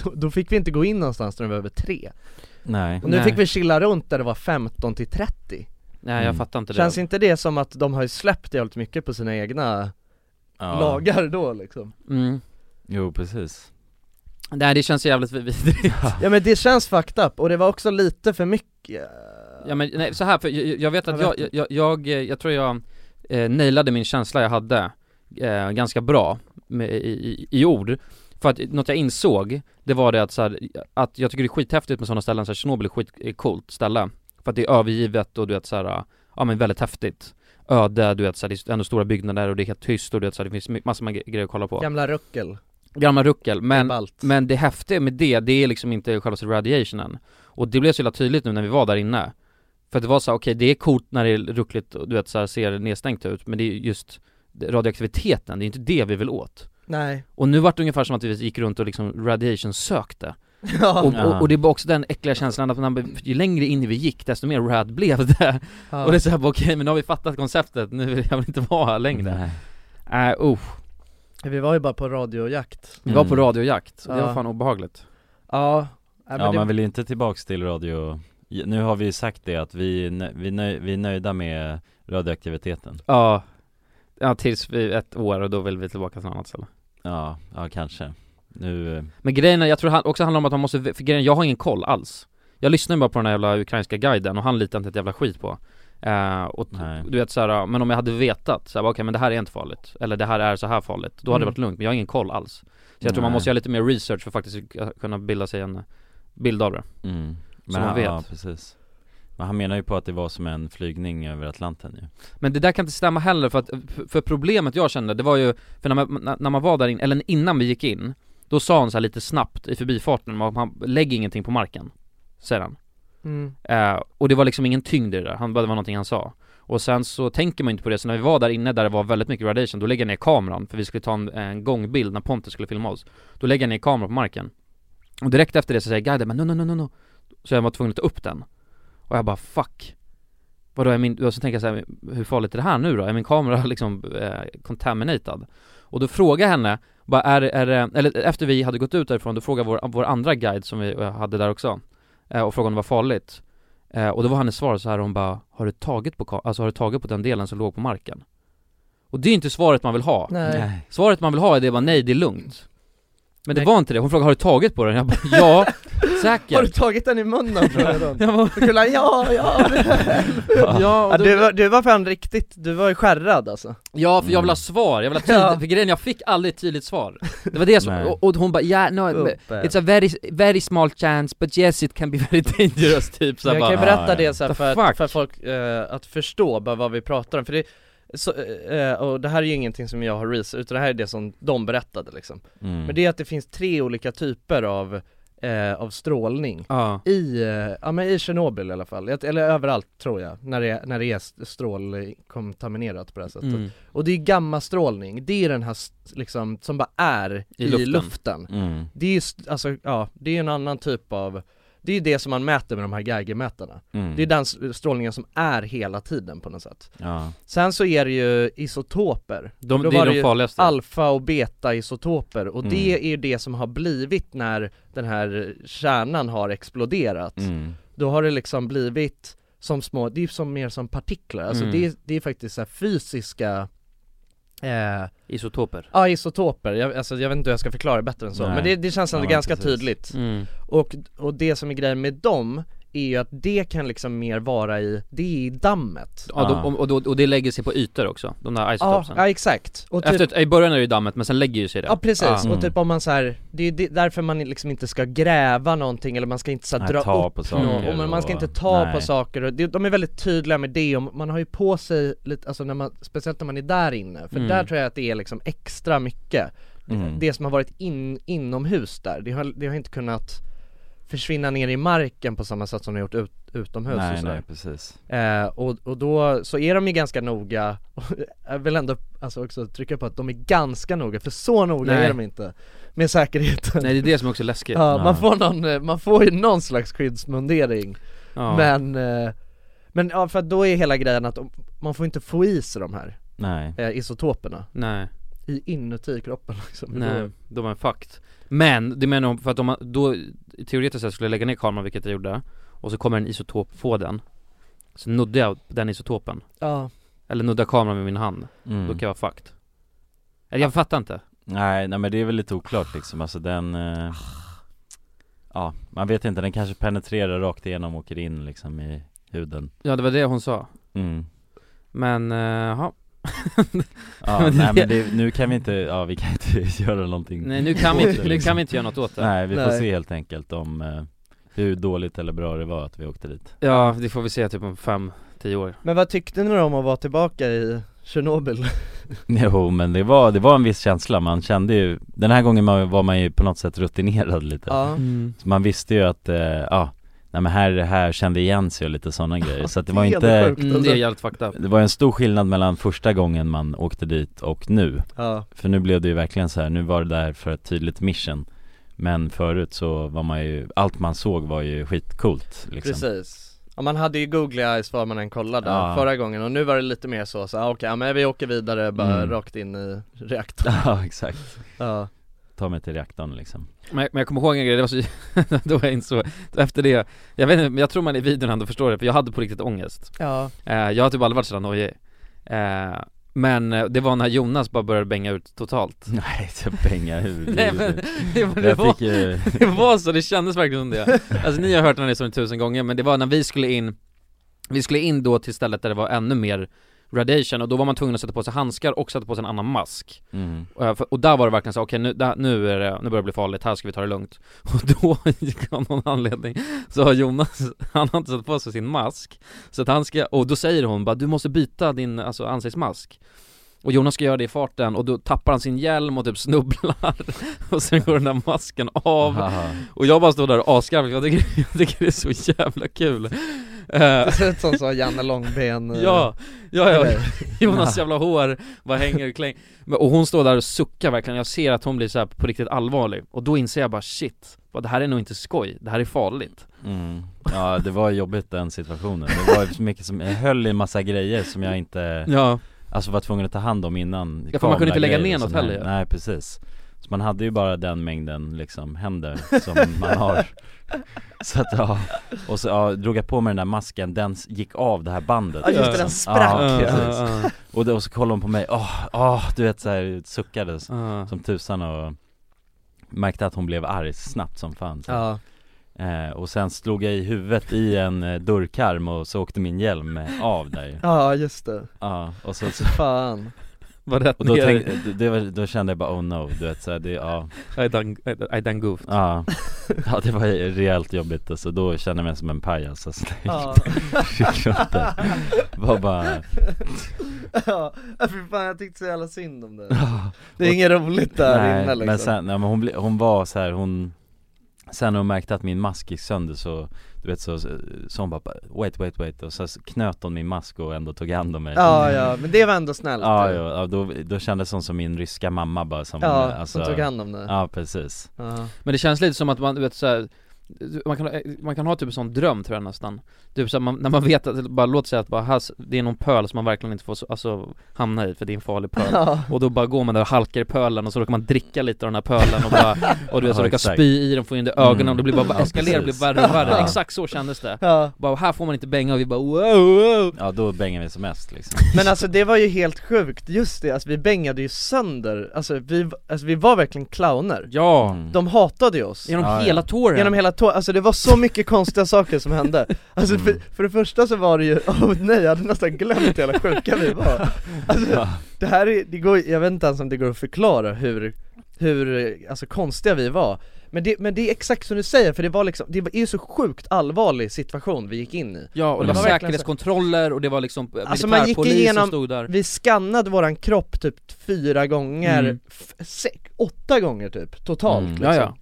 B: då, då fick vi inte gå in någonstans när det var över tre
D: Nej,
B: Och nu
A: Nej.
B: fick vi chilla runt där det var 15 till 30
A: Nej jag
D: Mm.
A: fattar inte det
B: Känns inte det som att de har ju släppt jävligt mycket på sina egna
D: ja.
B: lagar då liksom?
A: mm.
D: Jo precis
A: Nej det känns jävligt vidrigt
B: Ja men det känns fucked up, och det var också lite för mycket eh,
A: Ja men nej, så här, för jag, jag vet att
B: Jag
A: jag,
B: vet
A: jag, jag, jag, eh, jag tror jag eh, nailade min känsla jag hade eh, ganska bra med, i, i, i ord för att något jag insåg, det var det att så här, att jag tycker det är skithäftigt med sådana ställen, så här, Tjernobyl är skitcoolt ställe För att det är övergivet och du vet så här, ja men väldigt häftigt Öde, du vet så här, det är ändå stora byggnader och det är helt tyst och du vet så här, det finns my- massor med gre- grejer att kolla på
B: Gamla ruckel,
A: Gamla ruckel, men
B: ballt
A: men det häftiga med det, det är liksom inte själva radiationen Och det blev så jävla tydligt nu när vi var där inne För att det var så här, okej det är coolt när det är ruckligt och du vet så här, ser nedstängt ut Men det är just radioaktiviteten, det är inte det vi vill åt
B: Nej,
A: Och nu vart det ungefär som att vi gick runt och liksom radiation sökte
B: Ja.
A: Och, och, och det var också den äckliga känslan att man, ju längre in vi gick desto mer rad blev det
B: Ja.
A: Och det är såhär, okej men nu har vi fattat konceptet, nu vill jag väl inte vara här längre
C: Nej.
A: Nej, uh,
B: Vi var ju bara på radiojakt
A: vi var
C: Mm.
A: på radiojakt, och det var
B: Ja.
A: fan obehagligt
B: Ja, nej, men
C: Ja
B: det,
C: man vill ju inte tillbaks till radio Nu har vi ju sagt det att vi, nö- vi, nö, vi är nöjda med radioaktiviteten
A: Ja, ja tills vi ett år och då vill vi tillbaka till något annat ställe
C: Ja, ja kanske Nu, eh,
A: Men grejen är, jag tror han- också handlar om att man måste, för grejen, jag har ingen koll alls Jag lyssnar ju bara på den här jävla ukrainska guiden och han litar inte ett jävla skit på Eh, och t-
C: Nej.
A: du vet såhär, men om jag hade vetat såhär, okej men det här är inte farligt Eller det här är så här farligt, då hade det
B: Mm.
A: varit lugnt, men jag har ingen koll alls Så jag tror man
C: Nej.
A: måste göra lite mer research för att faktiskt kunna bilda sig en bild av det
C: mm. Men
A: Som man
C: han-
A: vet.
C: Ja, precis Men han menar ju på att det var som en flygning över Atlanten ju
A: Men det där kan inte stämma heller för att, för problemet jag kände det var ju, för när man, när man var där inne, eller innan vi gick in Då sa hon så här lite snabbt i förbifarten, man, man lägger ingenting på marken Säger han
B: mm,
A: Eh, och det var liksom ingen tyngd i det där, han, det var någonting han sa Och sen så tänker man inte på det, så när vi var där inne där det var väldigt mycket radiation, då lägger jag ner kameran För vi skulle ta en, en gångbild när Pontus skulle filma oss Då lägger jag ner kameran på marken Och direkt efter det så säger guiden men no, no, no, no, no Så jag var tvungen att ta upp den Och jag bara fuck Vadå är min, och så tänker jag så här, hur farligt är det här nu då? Är min kamera liksom eh, contaminated? Och då frågar jag henne, bara är, det- är det, eller eh, efter vi hade gått ut därifrån, då frågar vår, vår andra guide som vi eh, hade där också eh, Och frågar om det var farligt Eh, och då var hennes svar så här, hon bara Har du tagit på, ka- alltså, har du tagit på den delen som låg på marken? Och det är ju inte svaret man vill ha
B: nej,
A: Svaret man vill ha är det bara nej, det är lugnt Men det
B: Nej.
A: var inte det, hon frågade har du tagit på den? Jag bara ja,
B: Har du
A: säkert
B: tagit den i munnen tror jag då?
A: jag bara,
B: Du kunde ha, ja, ja,
A: ja,
B: ja
A: och då,
B: du, var- du var fan riktigt, du var ju skärrad alltså
A: ja, för jag vill ha svar, jag vill ha tydligt,
B: Ja.
A: för grejen är, jag fick aldrig ett tydligt svar Det var det som,
C: Nej.
A: och, och hon bara ja, no,
B: Oh.
A: it's a very, very small chance but yes it can be very dangerous typ så här,
B: Men jag kan ju
A: bara,
B: berätta
C: ja, ja.
B: det så här
A: The
B: för,
A: fuck?
B: att, för folk eh, att förstå bara vad vi pratar om, för det så, eh, och det här är ju ingenting som jag har research, utan det här är det som de berättade liksom
C: mm.
B: Men det är att det finns tre olika typer av, eh, av strålning
A: Ja,
B: i, eh, ja men i Tjernobyl i alla fall, Jag- eller överallt tror jag, när det, när det är st- strålkontaminerat på det här sättet
A: mm.
B: Och det är gammastrålning, det är den här s- liksom, som bara är i,
A: luften.
B: luften.
C: Mm.
B: Det är st- alltså, ja, det är en annan typ av det är ju det som man mäter med de här geigermätarna.
C: Mm.
B: Det är den s- strålningen som är hela tiden på något sätt.
C: ja.
B: Sen så är det ju isotoper.
A: de,
B: Då
A: det
B: var
A: är
B: det
A: de
B: ju
A: farligaste
B: alfa och beta isotoper och
C: Mm.
B: det är ju det som har blivit när den här kärnan har exploderat
C: Mm.
B: Då har det liksom blivit som små, det är ju som mer som partiklar, alltså
A: Mm.
B: det, är, det är faktiskt så här fysiska eh,
A: isotoper
B: Ja isotoper, jag, alltså jag vet inte hur jag ska förklara det bättre än så,
C: Nej.
B: men det, det känns ändå
C: Ja,
B: ganska
C: precis.
B: tydligt
A: mm.
B: och, och det som är grejen med dem är ju att det kan liksom mer vara i, det är i dammet
A: Ja,
C: Ja.
A: de, och, och, och det lägger sig på ytor också, de där
B: Ja,
A: isotopsen
B: ja exakt, och typ,
A: Efter, I början är det ju dammet, men sen lägger ju sig det
B: Ja precis,
C: Ja. Mm.
B: och typ om man så här, det är det- därför man liksom inte ska gräva någonting eller man ska inte så här,
C: Nej,
B: dra
C: ta
B: upp
C: på
B: någon,
C: saker
B: och man, man ska
C: och-
B: inte ta
C: nej.
B: på saker och det, de är väldigt tydliga med det och man har ju på sig lite, alltså när man, speciellt när man är där inne, för
A: Mm.
B: där tror jag att det är liksom extra mycket
C: Mm.
B: Det som har varit in, inomhus där, det har, det har inte kunnat försvinna ner i marken på samma sätt som det har gjort ut, utomhus och
C: Nej
B: sådär.
C: nej precis
B: Eh, och, och då så är de ju ganska noga, och jag vill ändå alltså också trycka på att de är ganska noga, för så noga
A: Nej.
B: är de inte med säkerheten
A: Nej det är det som också är läskigt
B: ja,
C: Ja.
B: man, får någon, eh, man får ju någon slags skyddsmundering,
A: Ja.
B: men, eh, men ja, för att då är hela grejen att om- man får inte få i sig de här
C: Nej
B: eh, isotoperna
A: Nej,
B: i inuti kroppen liksom
A: nej, de är fucked Men, det menar hon, för att om man då teoretiskt sett skulle jag lägga ner kameran, vilket jag gjorde Och så kommer en isotop på den Så nuddar jag den isotopen,
B: Ja,
A: eller nuddar kameran med min hand,
C: mm.
A: då kan jag vara fucked Eller jag fattar inte
C: Nej, nej men det är väl lite oklart liksom, alltså den eh, Ja, man vet inte, den kanske penetrerar rakt igenom och åker in liksom i huden
A: Ja det var det hon sa,
C: mm.
A: men eh, ja
C: Ja,
A: Men det-
C: nej men det, nu kan vi inte, ja vi kan inte göra någonting
A: Nej nu kan vi
C: åt
A: inte,
C: det,
A: nu
C: liksom.
A: kan vi inte göra något åt det
C: Nej, vi får
B: Nej.
C: se helt enkelt om eh, hur dåligt eller bra det var att vi åkte dit
A: Ja det får vi se typ om 5-10 år
B: men vad tyckte ni då om att vara tillbaka i Tjernobyl?
C: Jo men det var, det var en viss känsla, man kände ju Den här gången man- var man ju på något sätt rutinerad lite
B: ja.
C: Så Man visste ju att, eh, ja, nej men här, här kände igen sig och lite sådana grejer så att det var
B: Det är
C: inte
B: ändå sjukt,
A: mm, Det är jävligt fucked up
C: Det var en stor skillnad mellan första gången man åkte dit och nu
B: Ja,
C: För nu blev det ju verkligen så här, nu var det där för ett tydligt mission Men förut så var man ju, allt man såg var ju skitcoolt liksom.
B: Precis Ja man hade ju googly eyes var man än kollade
C: Ja.
B: förra gången och nu var det lite mer så, så ah, okej, ja, men vi åker vidare bara
C: Mm.
B: rakt in i reaktorn
C: Ja exakt,
B: Ja,
C: ta mig till reaktorn liksom
A: Men jag, men jag kommer ihåg en grej, det var så, då jag insåg, efter det, jag vet inte, men jag tror man i videon ändå förstår det, för jag hade på riktigt ångest
B: ja.
A: eh, Jag har typ aldrig varit sådär nojig eh, Men eh, det var när Jonas bara började bänga ut totalt
C: Nej, så pengar
A: Nej men, det var, det
C: Jag
A: var,
C: fick ju,
A: det var så, det kändes verkligen som det Alltså ni har hört den här historien tusen gånger, men det var när vi skulle in Vi skulle in då till stället där det var ännu mer radiation, och då var man tvungen att sätta på sig handskar och sätta på sig en annan mask
C: mm.
A: Och, jag- för- och där var det verkligen så okej nu, där, nu, är det, nu börjar det bli farligt, här ska vi ta det lugnt Och då, av någon anledning, så har Jonas, han har inte satt på sig sin mask Så att han ska, och då säger hon bara du måste byta din alltså, ansiktsmask och Jonas ska göra det i farten och då tappar han sin hjälm och typ snubblar Och sen går den där masken av
C: Haha.
A: Och jag bara står där och asgarvar för jag tycker, jag tycker det är så jävla kul
B: Det
A: Eh,
B: ser ut som så Janne Långben eh,
A: Ja, ja, ja,
B: grej.
A: Jonas jävla hår bara hänger och kläng Men- Och hon står där och suckar verkligen, jag ser att hon blir så här på riktigt allvarlig Och då inser jag bara shit, bara, det här är nog inte skoj, det här är farligt
C: mm. Ja det var jobbigt den situationen, det var ju så mycket som, jag höll i massa grejer som jag inte
A: Ja,
C: Alltså var tvungen att ta hand om innan
A: Ja, för man kunde inte lägga
C: kameragrejer
A: ner
C: och
A: något
C: sånt här.
A: heller.
C: Nej precis Så man hade ju bara den mängden liksom händer som man har Så att ja, och så ja, drog jag på mig den där masken, den s- gick av det här bandet
B: Ja just det,
C: liksom.
B: den sprack!
C: Ja,
A: Ah,
C: precis.
A: ah,
C: Och, då, och så kollade hon på mig, åh, åh, du vet såhär suckade så-
A: ah, ah.
C: som tusan och Märkte att hon blev arg snabbt som fan så.
B: Ja,
C: eh, Och sen slog jag i huvudet i en eh, dörrkarm och så åkte min hjälm eh, av där ju.
B: ja just det,
C: Ja, och så, så
B: fan
A: Var rätt
C: och då,
A: ner,
C: tänkte, det var, då kände jag bara oh no, du vet såhär, det, ja,
A: I done, I- I done goofed
C: ja, ja det var rejält jobbigt alltså, då kände jag mig som en pajas alltså,
B: Ja,
C: gick runt där. var bara,
B: ja fy fan jag tyckte så jävla synd om det
C: ja.
B: Det är inget roligt där
C: nej,
B: inne liksom
C: men sen, nej, men hon, ble- hon var så här, hon, sen när hon märkte att min mask gick sönder så, du vet så, så så hon bara wait, wait, wait och så knöt hon min mask och ändå tog hand om mig
B: Ja ja, men det var ändå snällt
C: ja,
B: ju.
C: ja, ja då, då kändes hon som min ryska mamma bara som,
B: ja
C: alltså,
B: som tog hand om det
C: Ja precis,
B: Ja.
A: Men det känns lite som att man, du vet såhär man kan, man kan ha typ en sån dröm tror jag nästan Typ såhär, man, när man vet att, bara låt säga att bara, här, det är någon pöl som man verkligen inte får så- alltså, hamna i för det är en farlig pöl
B: Ja.
A: Och då bara går man där och halkar i pölen och så råkar man dricka lite av den här pölen och bara, och du vet så
C: Ja,
A: råkar
C: exakt.
A: spy i den, få in det i ögonen
C: Mm.
A: och det blir bara,
C: Ja,
A: bara eskalerar, blir
C: precis.
A: värre och värre,
C: Ja.
A: exakt så kändes det
B: Ja.
A: Bara här får man inte bänga och vi bara wow, wow.
C: ja då bängade vi som mest liksom
B: Men alltså det var ju helt sjukt, just det, alltså vi bängade ju sönder, alltså vi, alltså, vi var verkligen clowner
A: Ja,
C: Mm.
B: De hatade ju oss
A: genom
C: Ja, ja.
A: hela tåren
B: Genom hela tå- alltså det var så mycket konstiga saker som hände Alltså för, för det första så var det ju, åh nej jag hade nästan glömt hur jävla sjuka vi var Alltså det här är, det går, jag vet inte ens om det går att förklara hur, hur eh, alltså konstiga vi var men det, men det är exakt som du säger, för det var liksom, det är ju så sjukt allvarlig situation vi gick in i
A: Ja, och det var
C: Mm. Det var
B: verkligen så.
A: säkerhetskontroller och det var liksom
B: Alltså, man gick
A: militärpolis
B: igenom-
A: som stod där
B: Vi skannade våran kropp typ fyra gånger,
A: Mm.
B: f- sex, åtta gånger typ, totalt
C: Mm.
B: liksom.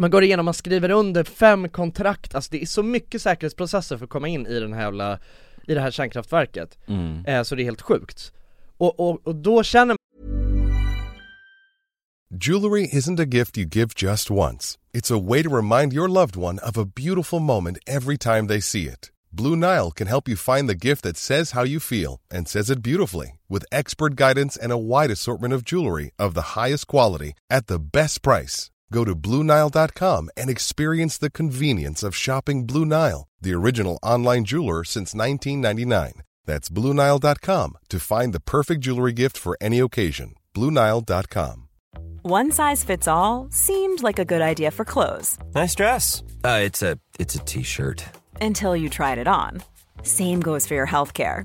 B: Man går igenom, man skriver under fem kontrakt, alltså det är så mycket säkerhetsprocesser för att komma in i den här jävla, i det här kärnkraftverket,
C: Mm.
B: eh, så det är helt sjukt och, och, och då känner
G: Jewelry isn't a gift you give just once. It's a way to remind your loved one of a beautiful moment every time they see it. Blue Nile can help you find the gift that says how you feel and says it beautifully with expert guidance and a wide assortment of jewelry of the highest quality at the best price. Go to BlueNile.com and experience the convenience of shopping Blue Nile, the original online jeweler since 1999. That's BlueNile.com to find the perfect jewelry gift for any occasion. BlueNile.com.
H: One size fits all seemed like a good idea for clothes
I: Nice dress. Uh, it's a it's a t-shirt.
H: until you tried it on. Same goes for your healthcare.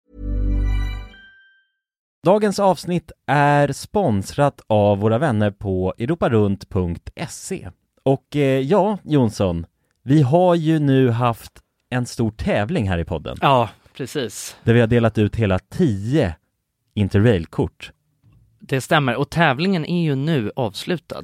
C: Dagens avsnitt är sponsrat av våra vänner på europarunt.se. Och eh, ja, Jonsson, vi har ju nu haft en stor tävling här i podden.
G: Ja, precis.
C: Där vi har delat ut hela 10 Interrail-kort.
G: Det stämmer. Och tävlingen är ju nu avslutad.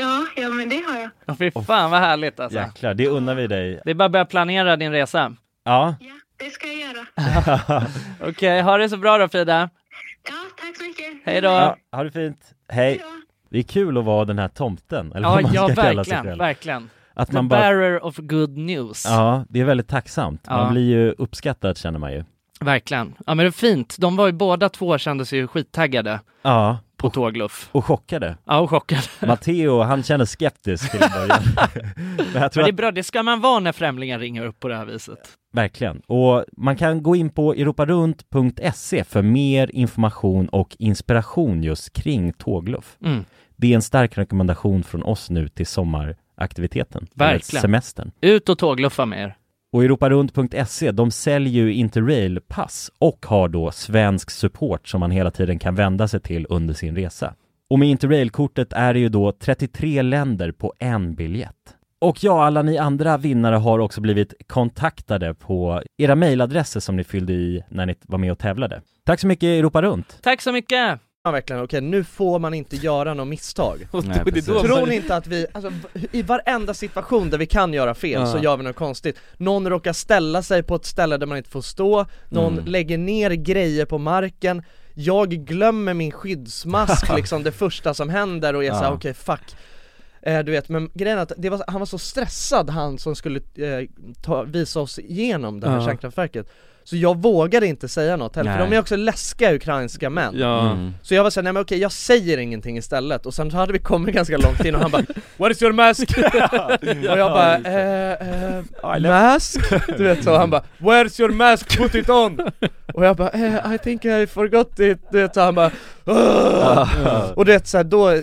J: Ja, ja men det har jag.
G: Åh, Fy fan vad härligt alltså.
C: Jäklar, det unnar vi dig.
G: Det är bara att börja planera din resa.
C: Ja.
J: Det ska jag göra.
G: Okej, ha det så bra då Frida.
J: Ja, tack så mycket.
G: Hej då.
C: ja, ha det fint. Hej. Det är kul att vara den här tomten, eller
G: Ja,
C: vad man ska
G: ja
C: kalla sig
G: verkligen,
C: själv.
G: verkligen.
C: Att
G: The
C: man bara-
G: bearer of good news.
C: Ja, det är väldigt tacksamt. Man
G: Ja.
C: blir ju uppskattad känner man ju.
G: Verkligen. Ja men det är fint. De var ju båda två kändes ju skittaggade
C: Ja.
G: på tågluff.
C: Och chockade.
G: Ja och chockade.
C: Matteo, han känner skeptisk till en början. Men jag tror
G: Men det är
C: att,
G: bra, det ska man vara när främlingar ringer upp på det här viset.
C: verkligen. Och man kan gå in på europarunt.se E för mer information och inspiration just kring tågluff.
G: Mm.
C: Det är en stark rekommendation från oss nu till sommaraktiviteten. eller
G: Verkligen.
C: Semestern.
G: Ut och tågluffa med er.
C: Och europarunt.se, E, de säljer ju Interrail-pass och har då svensk support som man hela tiden kan vända sig till under sin resa. Och med Interrail-kortet är det ju då 33 länder på en biljett. Och ja, alla ni andra vinnare har också blivit kontaktade på era mejladresser som ni fyllde i när ni var med och tävlade. Tack så mycket Europa Runt!
G: Tack så mycket!
B: Ja verkligen, okej nu får man inte göra något misstag
C: då Nej, är det precis. då
B: Tror
C: man-
B: ni inte att vi, alltså, v- i varenda situation där vi kan göra fel
C: Ja.
B: så gör vi något konstigt Någon råkar ställa sig på ett ställe där man inte får stå, någon
C: Mm.
B: lägger ner grejer på marken jag glömmer min skyddsmask liksom det första som händer och är
C: Ja.
B: såhär okej fuck Eh, du vet, men grejen är att det var, han var så stressad han som skulle eh, ta, visa oss igenom det här
A: Ja.
B: kärnkraftverket Så jag vågade inte säga något heller, för
A: Nej.
B: de är också läskiga ukrainska män
A: Ja. Mm.
B: Så jag var såhär, nej men okej jag säger ingenting istället, och sen så hade vi kommit ganska långt in och han bara 'What is your mask?' och jag bara eh, eh, 'Mask?' Du vet så, han bara 'Where's your mask? Put it on!' Och jag bara eh, 'I think I forgot it' Du vet så han bara "Ugh."
A: Ja.
B: Och du vet såhär, då är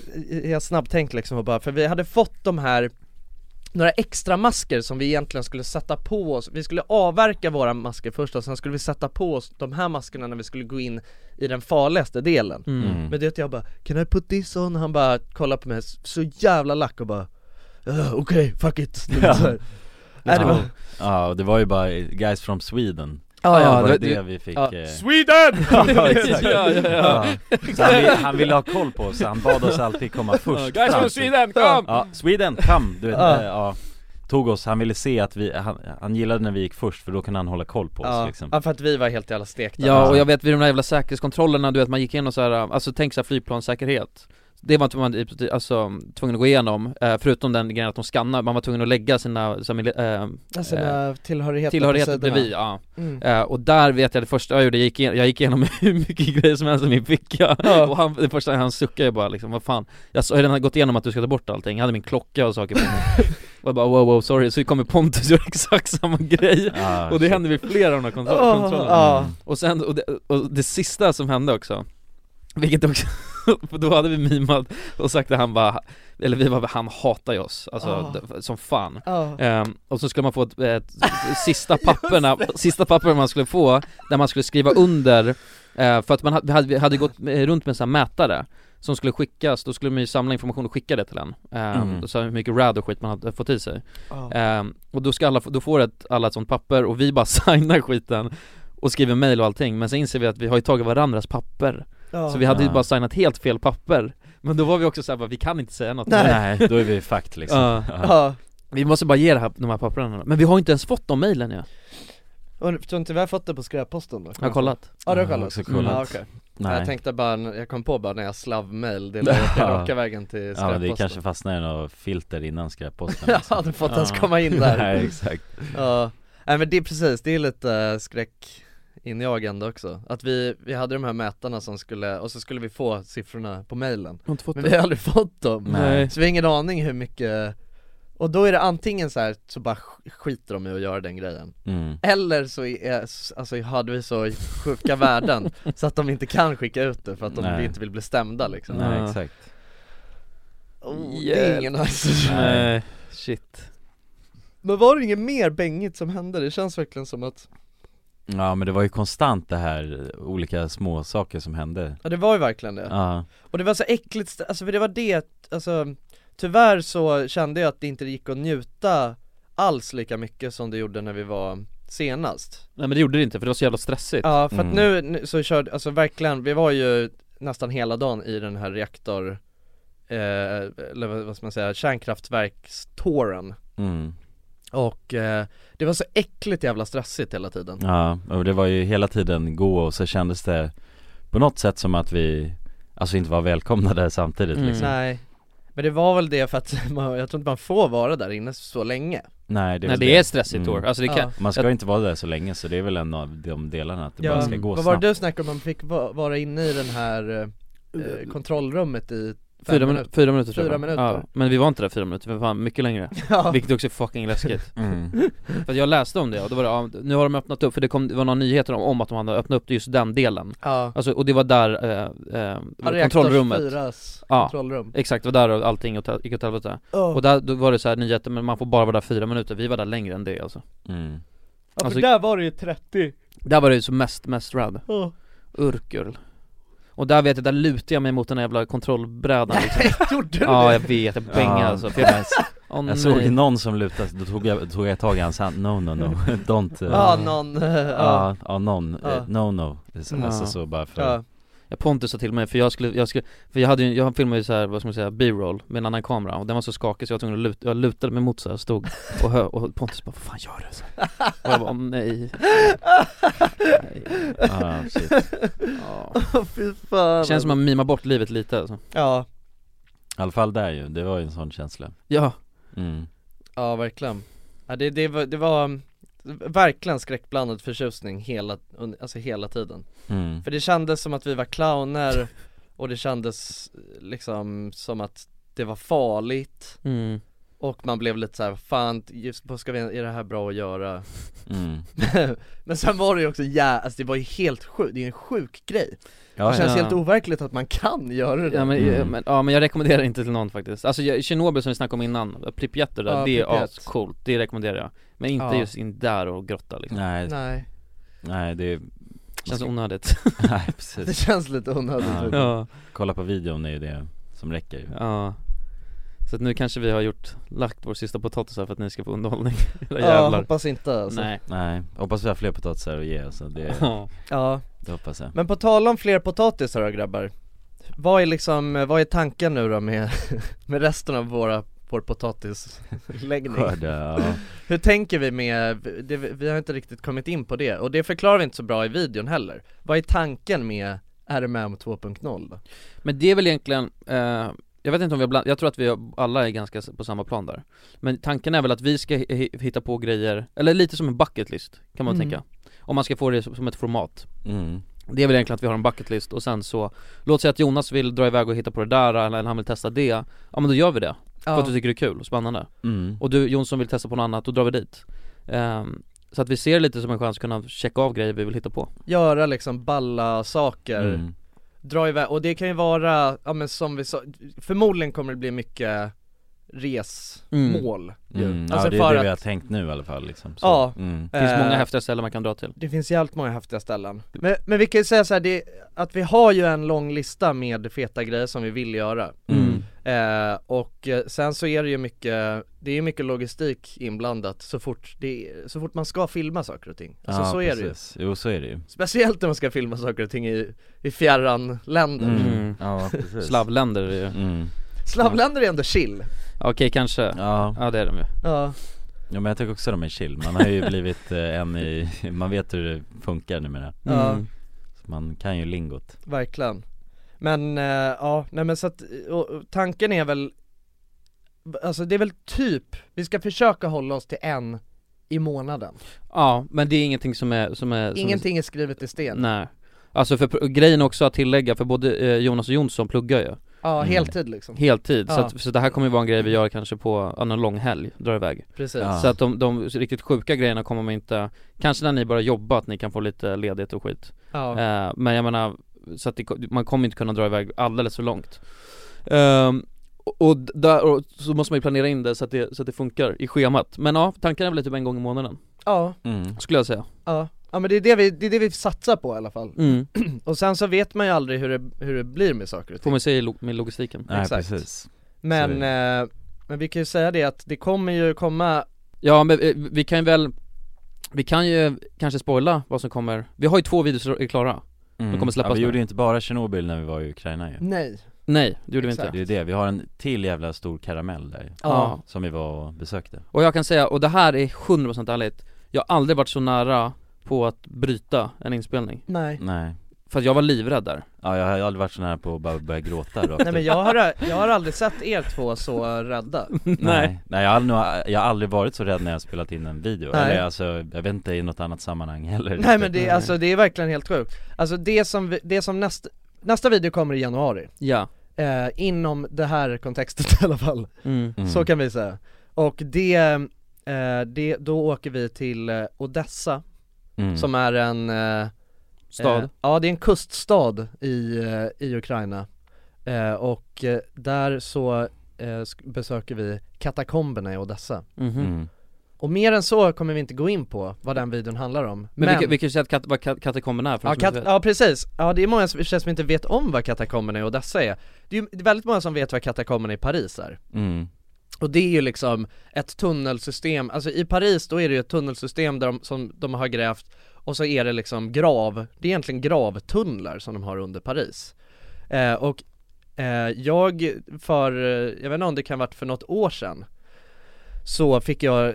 B: jag snabbtänkt liksom och bara, för vi hade fått de här några extra masker som vi egentligen skulle sätta på oss, vi skulle avverka våra masker först och sen skulle vi sätta på oss de här maskerna när vi skulle gå in i den farligaste delen
A: Mm.
B: Men det är att jag bara 'Can I put this on?' Han bara kollar på mig så jävla lack och bara "Eh, 'Okej, fuck it' Du vet, så här. Nej, det
D: Ja.
B: var-
D: Ja, och det var ju bara guys from Sweden
B: Ja, ja,
D: det var
B: det-
D: det,
B: det-
D: vi fick
B: ja.
D: eh,
B: Sweden!
D: ja, exakt.
B: Ja, ja, ja.
D: Så han, ville, han ville ha koll på oss, så han bad oss alltid komma först
B: Ja, guys
D: fram. typ.
B: from Sweden, come!
D: Ja, Sweden, come! Du vet,
B: Ja.
D: ja. ja Tog oss, han ville se att vi, han, han gillade när vi gick först för då kunde han hålla koll på oss
B: ja.
D: liksom
B: ja, för att vi var helt jävla stekta
A: Ja och jag vet vid de där jävla säkerhetskontrollerna, du vet man gick igenom så här, alltså tänk så här flygplanssäkerhet Det var inte man i princip, alltså tvungen att gå igenom, eh, förutom den grejen att de skannar, man var tvungen att lägga sina, så här, mili- eh,
B: Ja, sina
A: eh,
B: tillhörigheter på
A: tillhörigheter
B: sidorna.
A: bredvid, ja
B: Mm.
A: eh, Och där vet jag det första jag gjorde, jag gick, igen, jag gick igenom hur mycket grejer som helst i min ficka
B: Ja.
A: Och han, det första han suckade jag bara liksom, vad fan Jag sa- jag har redan gått igenom att du ska ta bort allting, jag hade min klocka och saker på mig Och jag bara wow wow sorry, så kommer Pontus och gör exakt samma grej
D: Ah,
A: Och det
D: shit.
A: hände vid flera av de här kontro-
B: Ah,
A: kontrollerna
B: ah.
D: Mm.
A: Och sen, och det, och det sista som hände också Vilket också, för då hade vi mimat och sagt att han bara, eller vi var han hatar ju oss, alltså
B: Ah.
A: d- som fan
B: Ah.
A: Ehm, Och så skulle man få ett, ett, sista papperna, sista papperna man skulle få, där man skulle skriva under eh, För att man ha- vi hade, vi hade gått med- runt med en sån här mätare som skulle skickas, då skulle man ju samla information och skicka det till en Ehm,
D: Mm.
A: Så hur mycket rad och skit man hade fått i sig
B: Ja.
A: Ehm, Och då ska alla, få- då får ett, alla ett sånt papper och vi bara signar skiten och skriver mail och allting, men sen inser vi att vi har ju tagit varandras papper
B: Ja.
A: Så vi hade ju
D: Ja.
A: bara signat helt fel papper Men då var vi också såhär, vi kan inte säga något
B: Nej.
D: Nej, då är vi fucked liksom
A: Ja.
B: Ja.
A: Vi måste bara ge det här, de här papperna, men vi har inte ens fått de mailen ja
B: Och tror inte vi har fått det på skräpposten då?
A: Jag har kollat.
B: Ja du
A: Jag
B: har
A: har
B: kollat? Mm,
A: också kollat.
B: Ja, okej.
D: Nej.
B: Jag tänkte bara, jag kom på bara när jag slavmail, det lär
D: Ja.
B: raka vägen till
D: Ja, men
B: skräpposten
D: det kanske fastnar i något filter innan skräpposten
B: Ja, hade fått ens komma in där
D: Nej, exakt
B: Ja, nej men det är precis, det är lite eh, skräckinjagande också Att vi, vi hade de här mätarna som skulle, och så skulle vi få siffrorna på mailen
A: har inte fått
B: Men
A: dem.
B: vi har aldrig fått dem
A: Nej.
B: Så vi har ingen aning hur mycket och då är det antingen så här, så bara sk- skiter de i att göra den grejen
D: Mm.
B: Eller så är, alltså hade vi så sjuka värden så att de inte kan skicka ut det för att de
D: Nej.
B: inte vill bli stämda liksom
D: Nej,
A: Ja.
D: exakt
B: oh, Det är ingen nice
A: Nej, shit
B: Men var det inget mer bängigt som hände? Det känns verkligen som att
D: Ja men det var ju konstant det här, olika små saker som hände
B: Ja det var ju verkligen det
D: Ja,
B: Och det var så äckligt, st- alltså för det var det, alltså Tyvärr så kände jag att det inte gick att njuta alls lika mycket som det gjorde när vi var senast
A: Nej men det gjorde det inte för det var så jävla stressigt
B: Ja för att nu, nu så körde, alltså verkligen, vi var ju nästan hela dagen i den här reaktor eh, Eller vad vad ska man säga, kärnkraftverkståren
D: mm.
B: Och eh, det var så äckligt jävla stressigt hela tiden
A: Mm.
D: ja och det var ju hela tiden gå och så kändes det på något sätt som att vi, alltså inte var välkomnade samtidigt liksom
B: Nej Men det var väl det för att man, jag tror inte man får vara där inne så länge
D: Nej det är,
A: Nej,
D: väl
A: det är stressigt då. Alltså, det kan-
B: Ja.
D: Man ska ju inte vara där så länge så det är väl en av de delarna att det bara ska gå
B: Vad var
D: snabbt
B: det du snackade om? Man fick va- vara inne i den här eh, kontrollrummet i fem
A: Fyra,
B: minuter
A: minuter. fyra minuter tror
B: Fyra
A: jag
B: minuter
A: ja, Men vi var inte där fyra minuter, för fan mycket längre
B: Ja.
A: Vilket också är fucking läskigt
D: Mm.
A: För att jag läste om det och då var det, ja, nu har de öppnat upp, för det, kom, det var några nyheter om, om att de hade öppnat upp just den delen
B: Ja.
A: Alltså, och det var där, eh, eh,
B: Ja, reaktor
A: kontrollrummet
B: fyras kontrollrum.
A: exakt, det var där allting åt- gick åt helvete
B: Ja.
A: Och där då var det så här nyheter, men man får bara vara där fyra minuter, vi var där längre än det alltså
D: Mm.
B: Ja, för
A: Alltså-
B: där var det ju 30
A: Där var det ju som mest, mest rad
B: Ja.
A: Urkel Och där vet jag, där lutade jag mig mot den här jävla kontrollbrädan liksom.
B: Gjorde du
A: Ja
B: det?
A: jag vet, jag bängade
D: Ja,
A: alltså för
D: jag,
A: jag, Åh, nej.
D: jag såg någon som lutade, då tog jag, tog jag tag i hans hand, no no no, don't eh,
B: Ja, någon, eh,
D: Ja,
B: ja.
D: ja någon, eh,
B: Ja.
D: no no, alltså
A: Ja.
D: så bara för
B: Ah.
A: Ja, Pontus sa till mig, för jag skulle, jag skulle, för jag hade ju, jag filmade ju så här, vad ska man säga, b-roll med en annan kamera och den var så skakig så jag var tvungen att luta, jag lutade mig mot så här, stod och hö, och Pontus bara 'Vad fan gör du?' Så här. Och jag bara "Åh, nej Nej.
D: Ah, shit.
A: Ja.
B: Fy fan
A: Känns som att man mimar bort livet lite alltså
B: Ja
D: I alla fall där ju, det var ju en sån känsla
A: Ja
D: mm.
B: Ja verkligen ja, det, det, var, det var mm, verkligen skräckblandad förtjusning hela, un- alltså hela tiden
D: Mm.
B: För det kändes som att vi var clowner och det kändes liksom som att det var farligt
A: Mm.
B: Och man blev lite så här, fan, just, vad ska vi, är det här bra att göra?
D: Mm.
B: Men sen var det ju också, ja, alltså det var ju helt sjukt, det är en sjuk grej
A: Ja,
B: Det känns
A: ja.
B: helt overkligt att man kan göra det
A: Ja men,
B: Mm.
A: ja, men, ja, men jag rekommenderar inte till någon faktiskt Alltså jag- Tjernobyl som vi snackade om innan, Pripyat och det där,
B: Ja,
A: det är
B: Pripyat.
A: ascoolt, det rekommenderar jag Men inte
B: Ja.
A: just in där och grotta liksom
D: Nej
B: Nej.
D: Nej det
A: Känns onödigt
D: Nej precis
B: Det känns lite onödigt
A: faktiskt. Ja.
D: Kolla på videon är ju det som räcker ju
A: Ja Så att nu kanske vi har gjort, lagt vår sista potatis här för att ni ska få underhållning Era
B: Ja,
A: jävlar.
B: hoppas inte, alltså.
A: Nej
D: Nej, hoppas vi har fler potatisar att ge så det,
A: Ja.
B: Ja.
D: det hoppas jag
B: Men på tal om fler potatisar då grabbar Vad är liksom, vad är tanken nu då med, med resten av våra, vår potatisläggning?
D: Skörd, ja.
B: Hur tänker vi med, det, vi har inte riktigt kommit in på det och det förklarar vi inte så bra i videon heller Vad är tanken med RMM 2.0 då?
A: Men det är väl egentligen, eh, jag vet inte om vi har bland, jag tror att vi alla är ganska s- på samma plan där Men tanken är väl att vi ska hi- hi- hitta på grejer, eller lite som en bucket list kan man
D: Mm.
A: tänka Om man ska få det som som ett format
D: Mm.
A: Det är väl egentligen att vi har en bucket list och sen så Låt säga att Jonas vill dra iväg och hitta på det där eller han vill testa det Ja men då gör vi det, för
D: Ja.
A: att du tycker det är kul och spännande
D: Mm.
A: Och du Jonsson vill testa på något annat, då drar vi dit Ehm, Så att vi ser lite som en chans att kunna checka av grejer vi vill hitta på
B: Göra liksom balla saker
A: Mm.
B: Dra iväg, och det kan ju vara, ja men som vi sa, förmodligen kommer det bli mycket resmål ju.
D: Mm. Ja
B: Alltså
D: det
B: för
D: är det vi har
B: att-
D: tänkt nu i alla fall liksom så.
B: Ja.
D: mm.
B: Det finns Eh, många häftiga
A: ställen man kan dra till
B: Det finns jävligt många häftiga ställen Men, men vi kan ju säga så här, det, att vi har ju en lång lista med feta grejer som vi vill göra
D: Mm.
B: eh, Och eh, sen så är det ju mycket, det är mycket logistik inblandat så fort, det, så fort man ska filma saker och ting Alltså
D: ja,
B: så är det ju
D: precis. Jo så är det ju
B: Speciellt när man ska filma saker och ting i, i fjärran länder
D: Mm. Ja, precis. Mm.
A: Slavländer är ju
B: Slavländer är ändå chill
A: Okej kanske,
D: ja.
A: ja det är de ju
B: Ja
D: Ja men jag tycker också de är chill, man har ju blivit eh, en i, man vet hur det funkar numera
B: Ja.
A: Mm.
D: Så man kan ju lingot
B: Verkligen Men eh, ja, nej men så att, och, och tanken är väl Alltså det är väl typ, vi ska försöka hålla oss till en i månaden
A: Ja, men det är ingenting som är, som är som
B: Ingenting är skrivet i
A: Är,
B: sten
A: nej Alltså för pr- grejen också att tillägga, för både eh, Jonas och Jonsson pluggar ju
B: Ja, heltid liksom.
A: Heltid, så,
B: Ja.
A: att, så det här kommer ju vara en grej vi gör kanske på ja, någon lång helg, drar iväg
B: Precis. Ja.
A: Så att de, de riktigt sjuka grejerna kommer man inte, kanske när ni börjar jobba att ni kan få lite ledigt och skit
B: Ja.
A: eh, Men jag menar, så att det, ko- man kommer inte kunna dra iväg alldeles för långt Ehm, och, och, där, och så måste man ju planera in det så att det, så att det funkar i schemat Men ja, tanken är väl typ en gång i månaden
B: Ja,
A: Skulle jag säga
B: ja, ja men det är det vi, det är det vi satsar på i alla fall
A: Mm.
B: Och sen så vet man ju aldrig hur det, hur det blir med saker och
A: Får
B: ting
A: man se i lo- med logistiken
D: Nej, Exakt. precis.
B: Men, eh, men vi kan ju säga det att det kommer ju komma
A: Ja men eh, vi kan ju väl Vi kan ju kanske spoila vad som kommer Vi har ju två videos som är klara De kommer
D: Mm.
A: släppas
D: ja, vi
A: nu.
D: gjorde ju inte bara Tjernobyl när vi var i Ukraina ju
B: Nej
A: Nej, det gjorde vi inte.
D: Det är ju det, vi har en till jävla stor karamell där ju,
A: Ja.
D: Som vi var och besökte
A: Och jag kan säga, och det här är 100% ärligt Jag har aldrig varit så nära på att bryta en inspelning
B: Nej.
D: Nej
A: För att jag var livrädd där
D: Ja jag har aldrig varit så nära på att bara börja gråta rakt
B: Nej men
D: ut.
B: jag har, jag har aldrig sett er två så rädda
D: Nej, nej jag, har nog, jag har aldrig varit så rädd när jag har spelat in en video,
B: Nej.
D: eller alltså, jag vet inte i något annat sammanhang heller
B: Nej men det, är- alltså, det är verkligen helt sjukt Alltså det som, vi, det som nästa, nästa video kommer i januari
A: Ja
B: eh, Inom det här kontextet i alla fall
A: Mm. Mm.
B: Så kan vi säga Och det, eh, det, då åker vi till eh, Odessa
D: Mm.
B: Som är en eh,
A: Stad.
B: eh, Ja det är en kuststad i, eh, i Ukraina eh, Och eh, där så eh, sk- besöker vi katakomberna i Odessa
A: Mhm. Mm.
B: Och mer än så kommer vi inte gå in på vad den videon handlar om
A: Men, Vi, kan- vi kan ju säga att kat, vad kat, katakomberna är för
B: Ja,
A: de som inte
B: kat-
A: vet.
B: ja precis, ja det är många som, som inte vet om vad katakomberna i Odessa är Det är ju väldigt många som vet vad katakomberna i Paris är
D: Mm.
B: Och det är ju liksom ett tunnelsystem, alltså i Paris då är det ju ett tunnelsystem där de, som de har grävt och så är det liksom grav, det är egentligen gravtunnlar som de har under Paris eh, Och eh, jag för, eh, jag vet inte om det kan ha varit för något år sedan så fick jag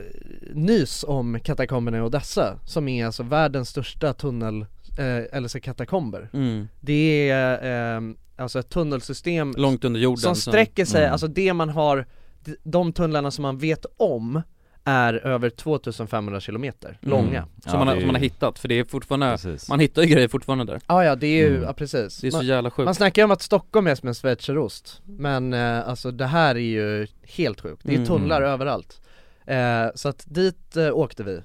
B: nys om katakomberna i Odessa som är alltså världens största tunnel, eh, eller så katakomber
A: Mm.
B: Det är, eh, alltså ett tunnelsystem
A: Långt under jorden
B: som
A: som-
B: sträcker sig,
A: Mm.
B: alltså det man har, d- de tunnlarna som man vet om är över 2500 kilometer långa
A: Mm. Som, man, har- som man har hittat, för det är fortfarande, man hittar ju grejer fortfarande där
B: Ah, Ja ja, det är ju,
A: Mm.
B: ja precis
A: Det är så
B: man,
A: jävla sjukt
B: Man snackar ju om att Stockholm är som en schweizerost Men eh, alltså det här är ju helt sjukt, det är
A: Mm.
B: tunnlar överallt eh, Så att dit eh, åkte vi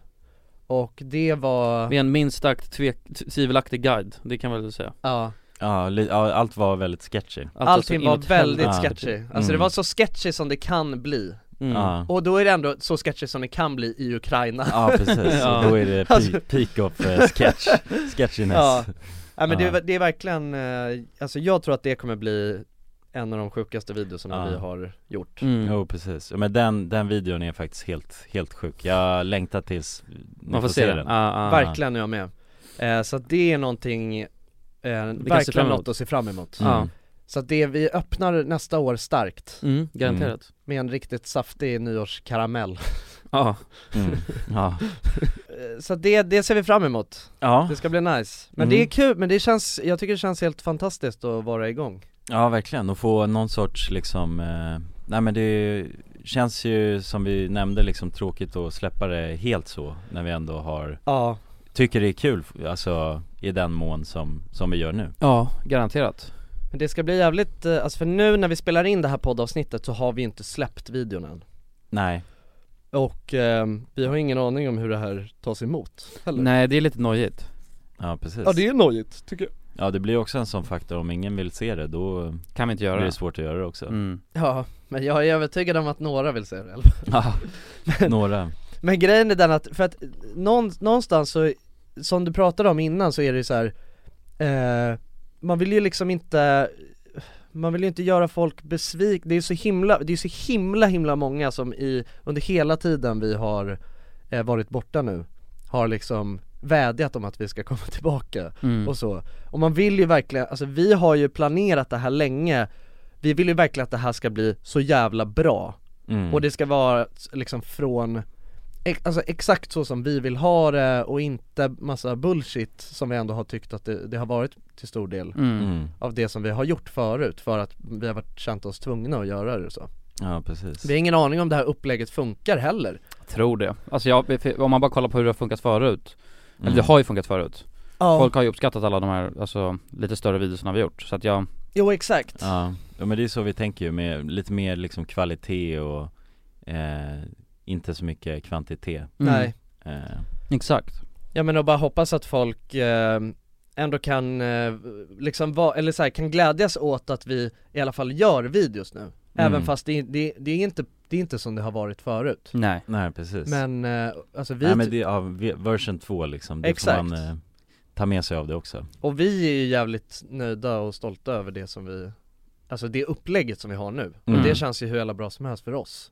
B: Och det var
A: Vi är en minst sagt tvek, t- tvivelaktig guide, det kan man väl säga
B: Ja
C: Ja, li- ja, allt var väldigt sketchy
A: Mm. Alltså,
B: Allting var väldigt
C: Ja.
B: sketchy, alltså det
C: Mm.
B: var så sketchy som det kan bli
C: Mm. Ja.
B: Och då är det ändå så sketchy som det kan bli i Ukraina
C: Ja precis,
B: Ja.
C: då är det pe-
B: Alltså-
C: peak of eh, sketch, sketchiness
B: Ja, ja men
C: Ja.
B: Det, är- det är verkligen, eh, alltså jag tror att det kommer bli en av de sjukaste videorna vi har gjort
A: Mm.
C: Jo precis, Ja, men den, den videon är faktiskt helt, helt sjuk Jag längtar tills ni
A: Man får se den. Ah, ah.
B: Verkligen, jag med. Eh, så att det är någonting, eh,
A: fram
B: verkligen
A: emot.
B: något att se fram emot.
A: Ja. Mm.
B: Så att det, vi öppnar nästa år starkt.
A: Mm, garanterat.
B: Med en riktigt saftig nyårskaramell.
A: Ja
C: Mm. Ja.
B: Eh, Så att det, det ser vi fram emot.
C: Ja.
B: Det ska bli nice. Men
C: Mm.
B: det är kul, men det känns, jag tycker det känns helt fantastiskt att vara igång.
C: Ja verkligen, och få någon sorts liksom eh, Nej men det känns ju som vi nämnde liksom tråkigt att släppa det helt så När vi ändå har
B: Ja.
C: Tycker det är kul, alltså i den mån som, som vi gör nu
A: Ja, garanterat
B: Men det ska bli jävligt, eh, alltså för nu när vi spelar in det här poddavsnittet så har vi inte släppt videon än.
C: Nej
B: Och ehm, vi har ingen aning om hur det här tas emot heller.
A: Nej det är lite nojigt
C: Ja precis
B: Ja det är nojigt, tycker jag.
C: Ja det blir också en sån faktor, om ingen vill se det då
A: Kan vi inte göra Mm.
C: blir
A: det.
C: det svårt att göra det också
B: Ja, men jag är övertygad om att några vill se det i alla fall.
C: Ja, några
B: Men grejen är den att, för att någon, någonstans så, som du pratade om innan så är det ju så här. Eh, man vill ju liksom inte, man vill ju inte göra folk besvikna, det är ju så himla, det är så himla himla många som i, under hela tiden vi har eh, varit borta nu, har liksom vädjat om att vi ska komma tillbaka
A: Mm.
B: och så. Och man vill ju verkligen, alltså vi har ju planerat det här länge, vi vill ju verkligen att det här ska bli så jävla bra.
C: Mm.
B: Och det ska vara liksom från ex- Alltså exakt så som vi vill ha det och inte massa bullshit som vi ändå har tyckt att det, det har varit till stor del
C: Mm. Mm.
B: av det som vi har gjort förut för att vi har varit, känt oss tvungna att göra det och så.
C: Ja precis
B: Vi har ingen aning om det här upplägget funkar heller.
A: Tror det. Alltså jag, för om man bara kollar på hur det har funkat förut
B: Mm.
A: Eller Alltså, det har ju funkat förut
B: Ja.
A: Folk har ju uppskattat alla de här, alltså lite större videorna vi har gjort, så att jag
B: Jo exakt.
C: Ja, ja men det är så vi tänker ju med lite mer liksom kvalitet och eh, inte så mycket kvantitet
B: Nej.
C: eh,
A: Mm. Exakt
B: Mm. Ja men och bara hoppas att folk eh, ändå kan, eh, liksom va, eller så här, kan glädjas åt att vi i alla fall gör videos nu. Även
C: Mm.
B: fast det, det, det, är inte, det är inte som det har varit förut.
A: Nej
C: Nej precis
B: Men eh, alltså vi,
C: Mm. Nej men det är av version 2 liksom, det
B: Exakt.
C: får man eh, ta med sig av det också
B: och vi är ju jävligt nöjda och stolta över det som vi, alltså det upplägget som vi har nu.
C: Mm.
B: Och det känns ju hur jävla bra som helst för oss.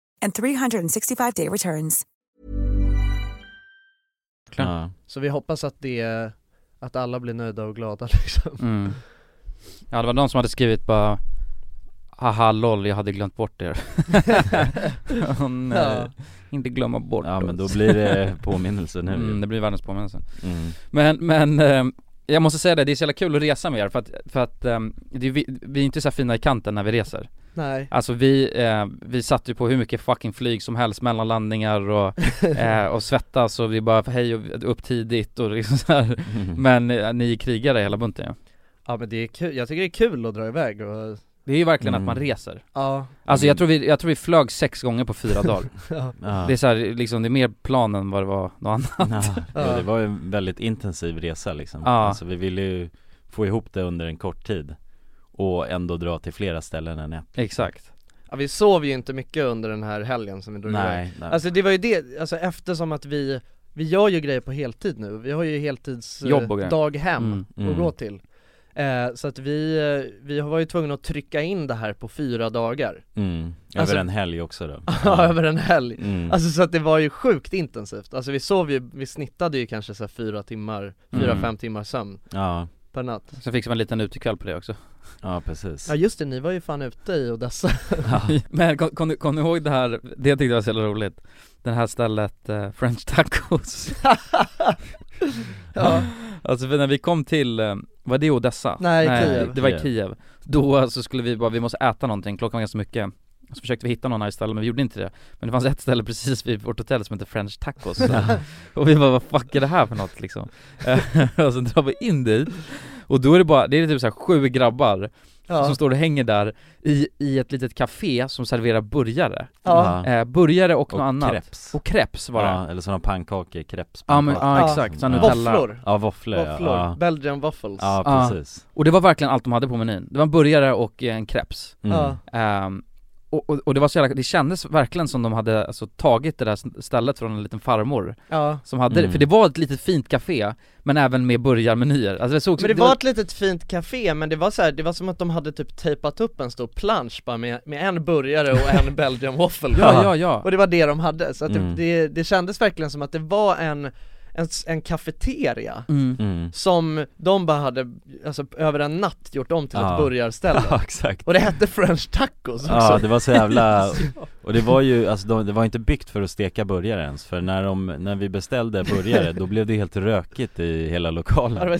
H: and 365-day returns.
C: Ja,
B: Så vi hoppas att det, att alla blir nöjda och glada liksom.
A: Mm. Ja det var någon som hade skrivit bara Haha lol, jag hade glömt bort er Åh nej,
C: Ja.
A: inte glömma bort
C: Ja, men då
A: oss.
C: blir det påminnelse nu ju.
A: mm, Det blir världens påminnelse
C: Mm.
A: Men, men eh, jag måste säga det, det är så jävla kul att resa med er för att, för att ehm, det, är vi, vi är inte så här fina i kanten när vi reser
B: Nej.
A: Alltså vi, eh, vi satt ju på hur mycket fucking flyg som helst mellan landningar och, eh, och svettas och vi bara hej och upp tidigt och liksom så här. Men eh, ni är krigare hela bunten ja.
B: Ja men det är kul, jag tycker det är kul att dra iväg och
A: Det är ju verkligen
B: Mm.
A: att man reser
B: Ja.
A: Alltså jag tror, vi, jag tror vi flög sex gånger på fyra dagar
B: Ja.
C: Ja.
A: Det är så här, liksom, det är mer plan än vad det var något annat
C: Ja, det var ju en väldigt intensiv resa liksom.
A: Ja.
C: Alltså vi ville ju få ihop det under en kort tid och ändå dra till flera ställen än ett
A: Exakt
B: Ja, vi sov ju inte mycket under den här helgen som vi drog
C: Nej,
B: iväg
C: nej.
B: Alltså det var ju det, alltså eftersom att vi, vi gör ju grejer på heltid nu, vi har ju heltids eh,
A: Jobb och grejer.
B: dag hem
A: Mm,
B: att
A: mm.
B: gå till Eh, Eh, så att vi, eh, vi var ju tvungna att trycka in det här på fyra dagar
C: Mm. Över
B: Alltså-
C: en helg också då
B: Ja, över en helg.
C: Mm.
B: Alltså så att det var ju sjukt intensivt. Alltså vi sov ju, vi snittade ju kanske så här fyra timmar, fyra,
C: Mm.
B: fem timmar sömn
C: Ja,
B: per natt.
A: Sen fick man en liten utekväll på det också
C: ja precis
B: Ja just det, ni var ju fan ute i Odessa.
A: Men kom, kom, ni- kom ni ihåg det här, det tyckte jag var så jävla roligt Det här stället, eh, French tacos
B: Ja.
A: Alltså för när vi kom till, eh, var det Odessa?
B: Nej, Kiev.
A: Det var i
B: Kiev.
A: Kiev Då så skulle vi bara, vi måste äta någonting, klockan var ganska mycket Så försökte vi hitta någon här ställe men vi gjorde inte det Men det fanns ett ställe precis vid vårt hotell som hette French tacos Och vi bara, vad fuck är det här för något liksom? Eh, och så drar vi in dit Och då är det bara, det är typ så här sju grabbar
B: Ja.
A: Som står och hänger där i, i ett litet café som serverar burgare
B: Ja.
A: eh, Burgare och, något
C: Och
A: annat
C: crepes.
A: Och crepes var det
C: Ja, eller sådana pannkakor, crepes
A: Ja men, ja, exakt, så Nutella
B: Våfflor.
C: Ja våfflor, ja.
B: Våfflor.
C: ja.
B: Belgian waffles.
C: Ja
A: Ja.
C: precis
A: Och det var verkligen allt de hade på menyn. Det var en burgare och en crepes.
C: Mm. Ja.
A: Ehm, och, och, och det var så jävla, det kändes verkligen som de hade alltså, tagit det där stället från en liten farmor.
B: Ja.
A: Som hade det,
B: Mm.
A: för det var ett litet fint café, men även med burgarmenyer. Alltså det såg
B: Men det var ett litet fint café, men det var så här, det var som att de hade typ tejpat upp en stor plansch bara med, med en burgare och en Belgian waffle
A: Ja, ja, ja.
B: Och det var det de hade, så att
A: Mm.
B: det, det, det kändes verkligen som att det var en, en, s- en kafeteria
A: Mm.
C: Mm.
B: Som de bara hade, alltså över en natt gjort om till
C: Ja.
B: ett burgarställe
C: Ja, exakt.
B: Och det hette french tacos också
C: Ja det var så jävla, och det var ju, alltså de, det var inte byggt för att steka burgare ens För när de, när vi beställde burgare då blev det helt rökigt i hela lokalen
B: Ja, det var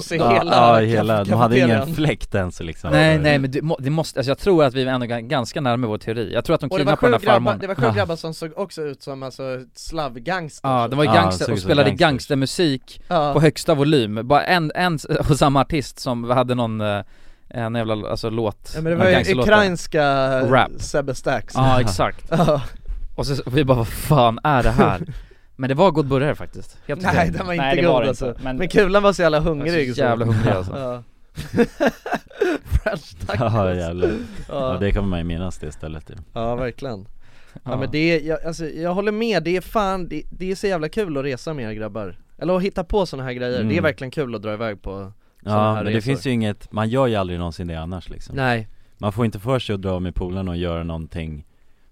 B: stekos i hela
C: Ja, i hela, de hade ingen
A: kafeterian.
C: fläkt ens liksom
A: Nej nej men det, må, det måste, alltså jag tror att vi är ändå ga- ganska närmare vår teori. Jag tror att de
B: Och det var
A: kidnappade
B: sju
A: den där farmorn.
B: grabbar, det var sju grabbar som såg också ut som alltså slavgangsters
A: Ja, de var ju gangster och spelade gangstermusik
B: Ja.
A: på högsta volym, bara en, en s- och samma artist som hade någon, eh, en jävla alltså låt,
B: Ja men det
A: någon
B: var ju
A: gangsterlåt.
B: ukrainska
A: Rap.
B: Sebbe Stax
A: Ja exakt.
B: Ja.
A: Och så och vi bara vad fan är det här? Men det var god burgare faktiskt, helt
B: Nej
A: okej.
B: den var inte
A: Nej, det
B: god
A: det
B: alltså,
A: inte.
B: men, kulan var så jävla
A: Jag
B: hungrig liksom.
A: var så jävla hungrig alltså.
B: Ja. French tacos
C: Ja jävlar,
B: Ja.
C: ja det kommer man ju minnas det istället ju
B: Ja verkligen Ja,
C: Ja.
B: men det är, jag, alltså, jag håller med, det är fan, det, det är så jävla kul att resa med er grabbar Eller att hitta på sådana här grejer,
C: Mm.
B: det är verkligen kul att dra iväg på såna
C: Ja
B: här
C: men
B: resor.
C: det finns ju inget, man gör ju aldrig någonsin det annars liksom
B: Nej.
C: Man får inte för sig att dra med polarna och göra någonting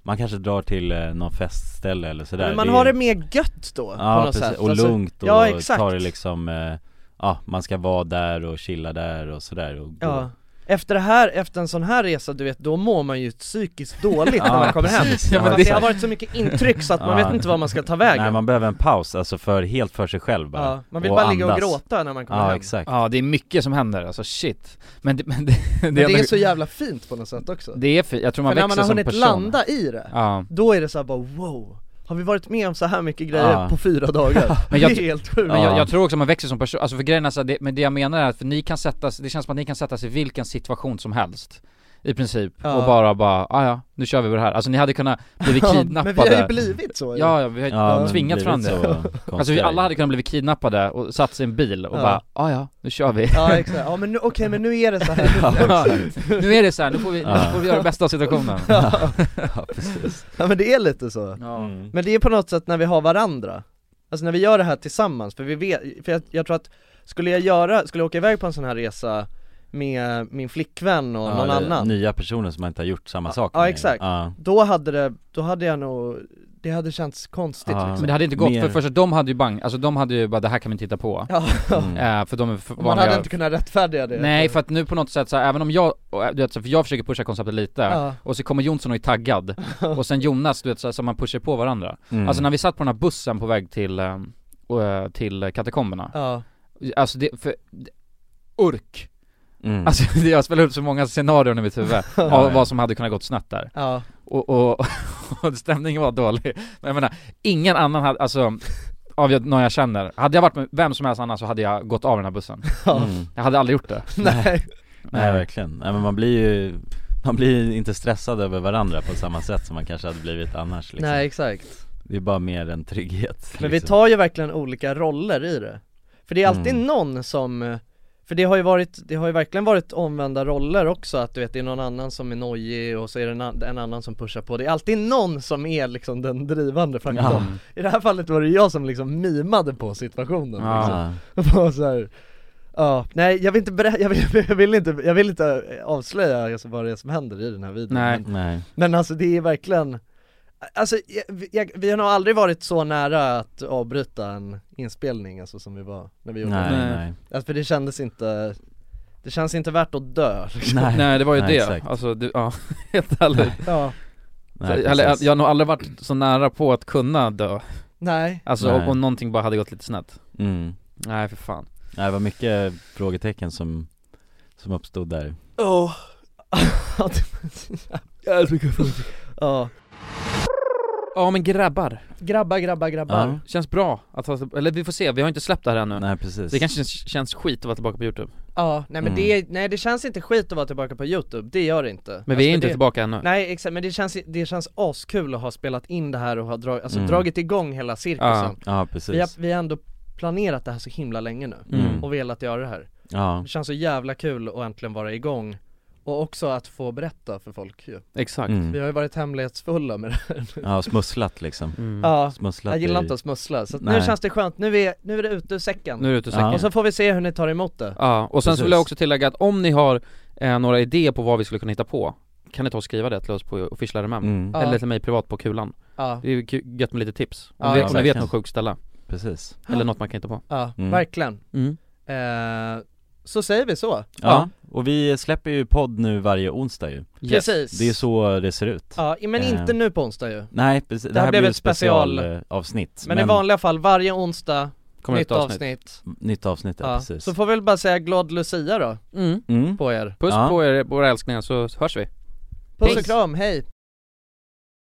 C: Man kanske drar till eh, någon festställe eller sådär
B: Men man
C: Det är-
B: har det mer gött då, på
C: Ja
B: något
C: precis,
B: sätt
C: och
B: Alltså,
C: lugnt och
B: Ja exakt,
C: tar det liksom, eh, ja man ska vara där och chilla där och sådär och gå.
B: ja efter det här, efter en sån här resa du vet, då mår man ju psykiskt dåligt
C: Ja,
B: när man kommer hem
C: precis.
B: ja,
C: Ja,
B: men
C: det-
B: Det har varit så mycket intryck så att man
C: Ja.
B: vet inte vad man ska ta vägen
C: Nej man behöver en paus, alltså för, helt för sig själv bara
B: Ja, man vill bara ligga och gråta när man kommer hem.
C: Ja exakt
A: Ja det är mycket som händer alltså, shit. Men det, men det,
B: Men det,
A: ändå-
B: är så jävla fint på något sätt också
A: Det är fint, jag tror man
B: För när
A: växer
B: man har
A: som
B: hunnit
A: person.
B: landa i det,
A: Ja.
B: då är det så här bara wow Har vi varit med om så här mycket grejer
A: Ja.
B: på fyra dagar?
A: Men jag,
B: det är helt sjukt
A: Men jag, jag tror också att man växer som person, alltså för grejen är så här, det, men det jag menar är att för ni kan sätta det känns som att ni kan sätta sig i vilken situation som helst I princip,
B: Ja.
A: och bara bara, "Ah, ja nu kör vi på det här, alltså ni hade kunnat bli
B: Ja, men vi har ju
A: kidnappade
B: blivit så, ju.
A: Ja, ja vi har ju
B: Ja, men
A: tvingat
B: blivit
A: fram
B: så
A: det
B: konstiga
A: Alltså vi alla
B: grejer.
A: hade kunnat bli kidnappade och satt sig i en bil och
B: Ja.
A: bara, "Ah, ja nu kör vi
B: Ja exakt, ja men nu, okej men nu är det så här
A: Ja, nu är det så här, nu får vi- nu får vi göra det bästa av situationen.
B: ja.
A: Ja, precis.
B: ja men det är lite så
A: Mm.
B: Men det är på något sätt när vi har varandra Alltså när vi gör det här tillsammans, för vi vet, för jag, jag tror att Skulle jag göra, skulle jag åka iväg på en sån här resa med min flickvän och
C: Ja,
B: någon
C: det-
B: annan
C: Nya personer som inte har gjort samma sak
B: Ja
C: med.
B: exakt,
C: ja.
B: då hade det, då hade jag nog, det hade känts konstigt
A: Ja,
B: liksom.
A: Men det hade inte gått, för först de hade ju bang, alltså de hade ju bara det här kan vi inte titta på
B: Ja. Mm.
A: Eh, För de är för
B: Och man hade
A: vanliga-
B: inte kunnat rättfärdiga det
A: Nej för att nu på något sätt så här, även om jag, och, äh, du vet, så, för jag försöker pusha konceptet lite,
B: Ja.
A: och så kommer Jonsson och är taggad, och sen Jonas du vet så, här, så man pushar på varandra
B: Mm.
A: Alltså när vi satt på den här bussen på väg till, eh, och, eh, till katakomberna
B: Ja.
A: Alltså det, för, det- urk!
C: Mm.
A: Alltså det- jag spelar upp så många scenarion i mitt huvud
B: Ja,
A: av
B: ja.
A: vad som hade kunnat gått snett där
B: Ja.
A: och, och, och stämningen var dålig, men jag menar, ingen annan hade, alltså av jag- någon jag känner, hade jag varit med vem som helst annan så hade jag gått av den här bussen
B: Ja.
C: Mm.
A: Jag hade aldrig gjort det
B: Nej
C: Nej verkligen, nej men man blir ju man blir ju inte stressad över varandra på samma sätt som man kanske hade blivit annars liksom.
B: Nej exakt
C: Det är bara mer en trygghet liksom.
B: Men vi tar ju verkligen olika roller i det För det är alltid
C: Mm.
B: någon som För det har ju varit, det har ju verkligen varit omvända roller också att du vet det är någon annan som är nojig och så är det en, an- en annan som pushar på Det är alltid någon som är liksom den drivande faktorn
C: Ja.
B: I det här fallet var det jag som liksom mimade på situationen
C: Ja.
B: liksom. Och bara så här, Ja, nej jag vill inte berätta, jag vill, jag vill inte, jag vill inte avslöja alltså, vad det är som händer i den här videon
A: Nej.
B: men,
C: Nej.
B: men alltså det är verkligen Alltså jag, vi- jag, vi har nog aldrig varit så nära att avbryta en inspelning alltså som vi var när vi gjorde
C: Nej,
B: det
C: Nej. nej.
B: Alltså för det kändes inte, det känns inte värt att dö liksom.
A: Nej, det var ju
C: Nej,
A: det,
C: exakt.
A: alltså du, ja, helt ärligt
B: Ja.
A: Så,
C: Nej,
A: eller,
C: precis.
A: jag har nog aldrig varit så nära på att kunna dö
B: Nej.
A: Alltså
C: Nej.
A: och om någonting bara hade gått lite snett
C: Mm.
A: Nej för fan
C: Nej, det var mycket frågetecken som, som uppstod där
B: Ja, Ja, det var så jävla mycket folk. Ja
A: Ja men grabbar,
B: Grabbar, grabbar, grabbar
C: Ja.
A: känns bra att ha, eller vi får se, vi har inte släppt det här ännu
C: Nej precis
A: Det kanske känns, känns skit att vara tillbaka på youtube
B: Ja, nej men
A: Mm.
B: det, nej det känns inte skit att vara tillbaka på youtube, det gör det inte
A: Men vi är inte tillbaka ännu.
B: Nej exakt, men det känns, det känns askul att ha spelat in det här och ha drag, alltså,
C: Mm.
B: dragit igång hela cirkusen
C: Ja, ja, precis.
B: vi, har, vi har ändå planerat det här så himla länge nu
C: Mm.
B: och velat göra det här
C: Ja.
B: Det känns så jävla kul att äntligen vara igång och också att få berätta för folk ju
A: Exakt
C: Mm.
B: Vi har ju varit hemlighetsfulla med det här nu.
C: Ja, smusslat liksom
B: Ja,
C: Smusslat
B: jag gillar
C: i-
B: inte att smussla, så att nu
C: Nej.
B: känns det skönt, nu är, nu är det ute ur säcken
A: Nu är det ute ur säcken.
B: Och så får vi se hur ni tar emot det
A: Ja, och sen så
C: Precis.
A: vill jag också tillägga att om ni har eh, några idéer på vad vi skulle kunna hitta på Kan ni ta och skriva det till oss på official RMM?
C: Mm.
A: Eller
B: Ja.
A: till mig privat på kulan
B: Ja.
A: Det är ju ku- gött med lite tips, om,
B: Ja,
A: vi,
B: ja,
A: om ni vet
C: verkligen.
A: något sjukt ställe
C: Precis
A: Eller något man kan hitta på
B: Ja,
C: Mm.
B: verkligen
A: Mm.
B: eh, Så säger vi så
C: ja. och vi släpper ju podd nu varje onsdag ju
B: Yes. Precis.
C: Det är så det ser ut
B: Ja, men
C: Eh,
B: inte nu på onsdag ju
C: Nej precis, det, här blev ett specialavsnitt
B: Men, i vanliga fall varje onsdag,
C: Kommer
B: nytt
C: ett avsnitt.
B: avsnitt,
C: Nytt avsnitt, ja,
B: ja.
C: precis
B: Så får vi väl bara säga glad Lucia då,
A: Mm.
C: Mm.
B: på er
A: Puss
C: Ja.
A: på er, våra älsklingar, så hörs vi
B: Puss
A: Peace.
B: och kram, hej!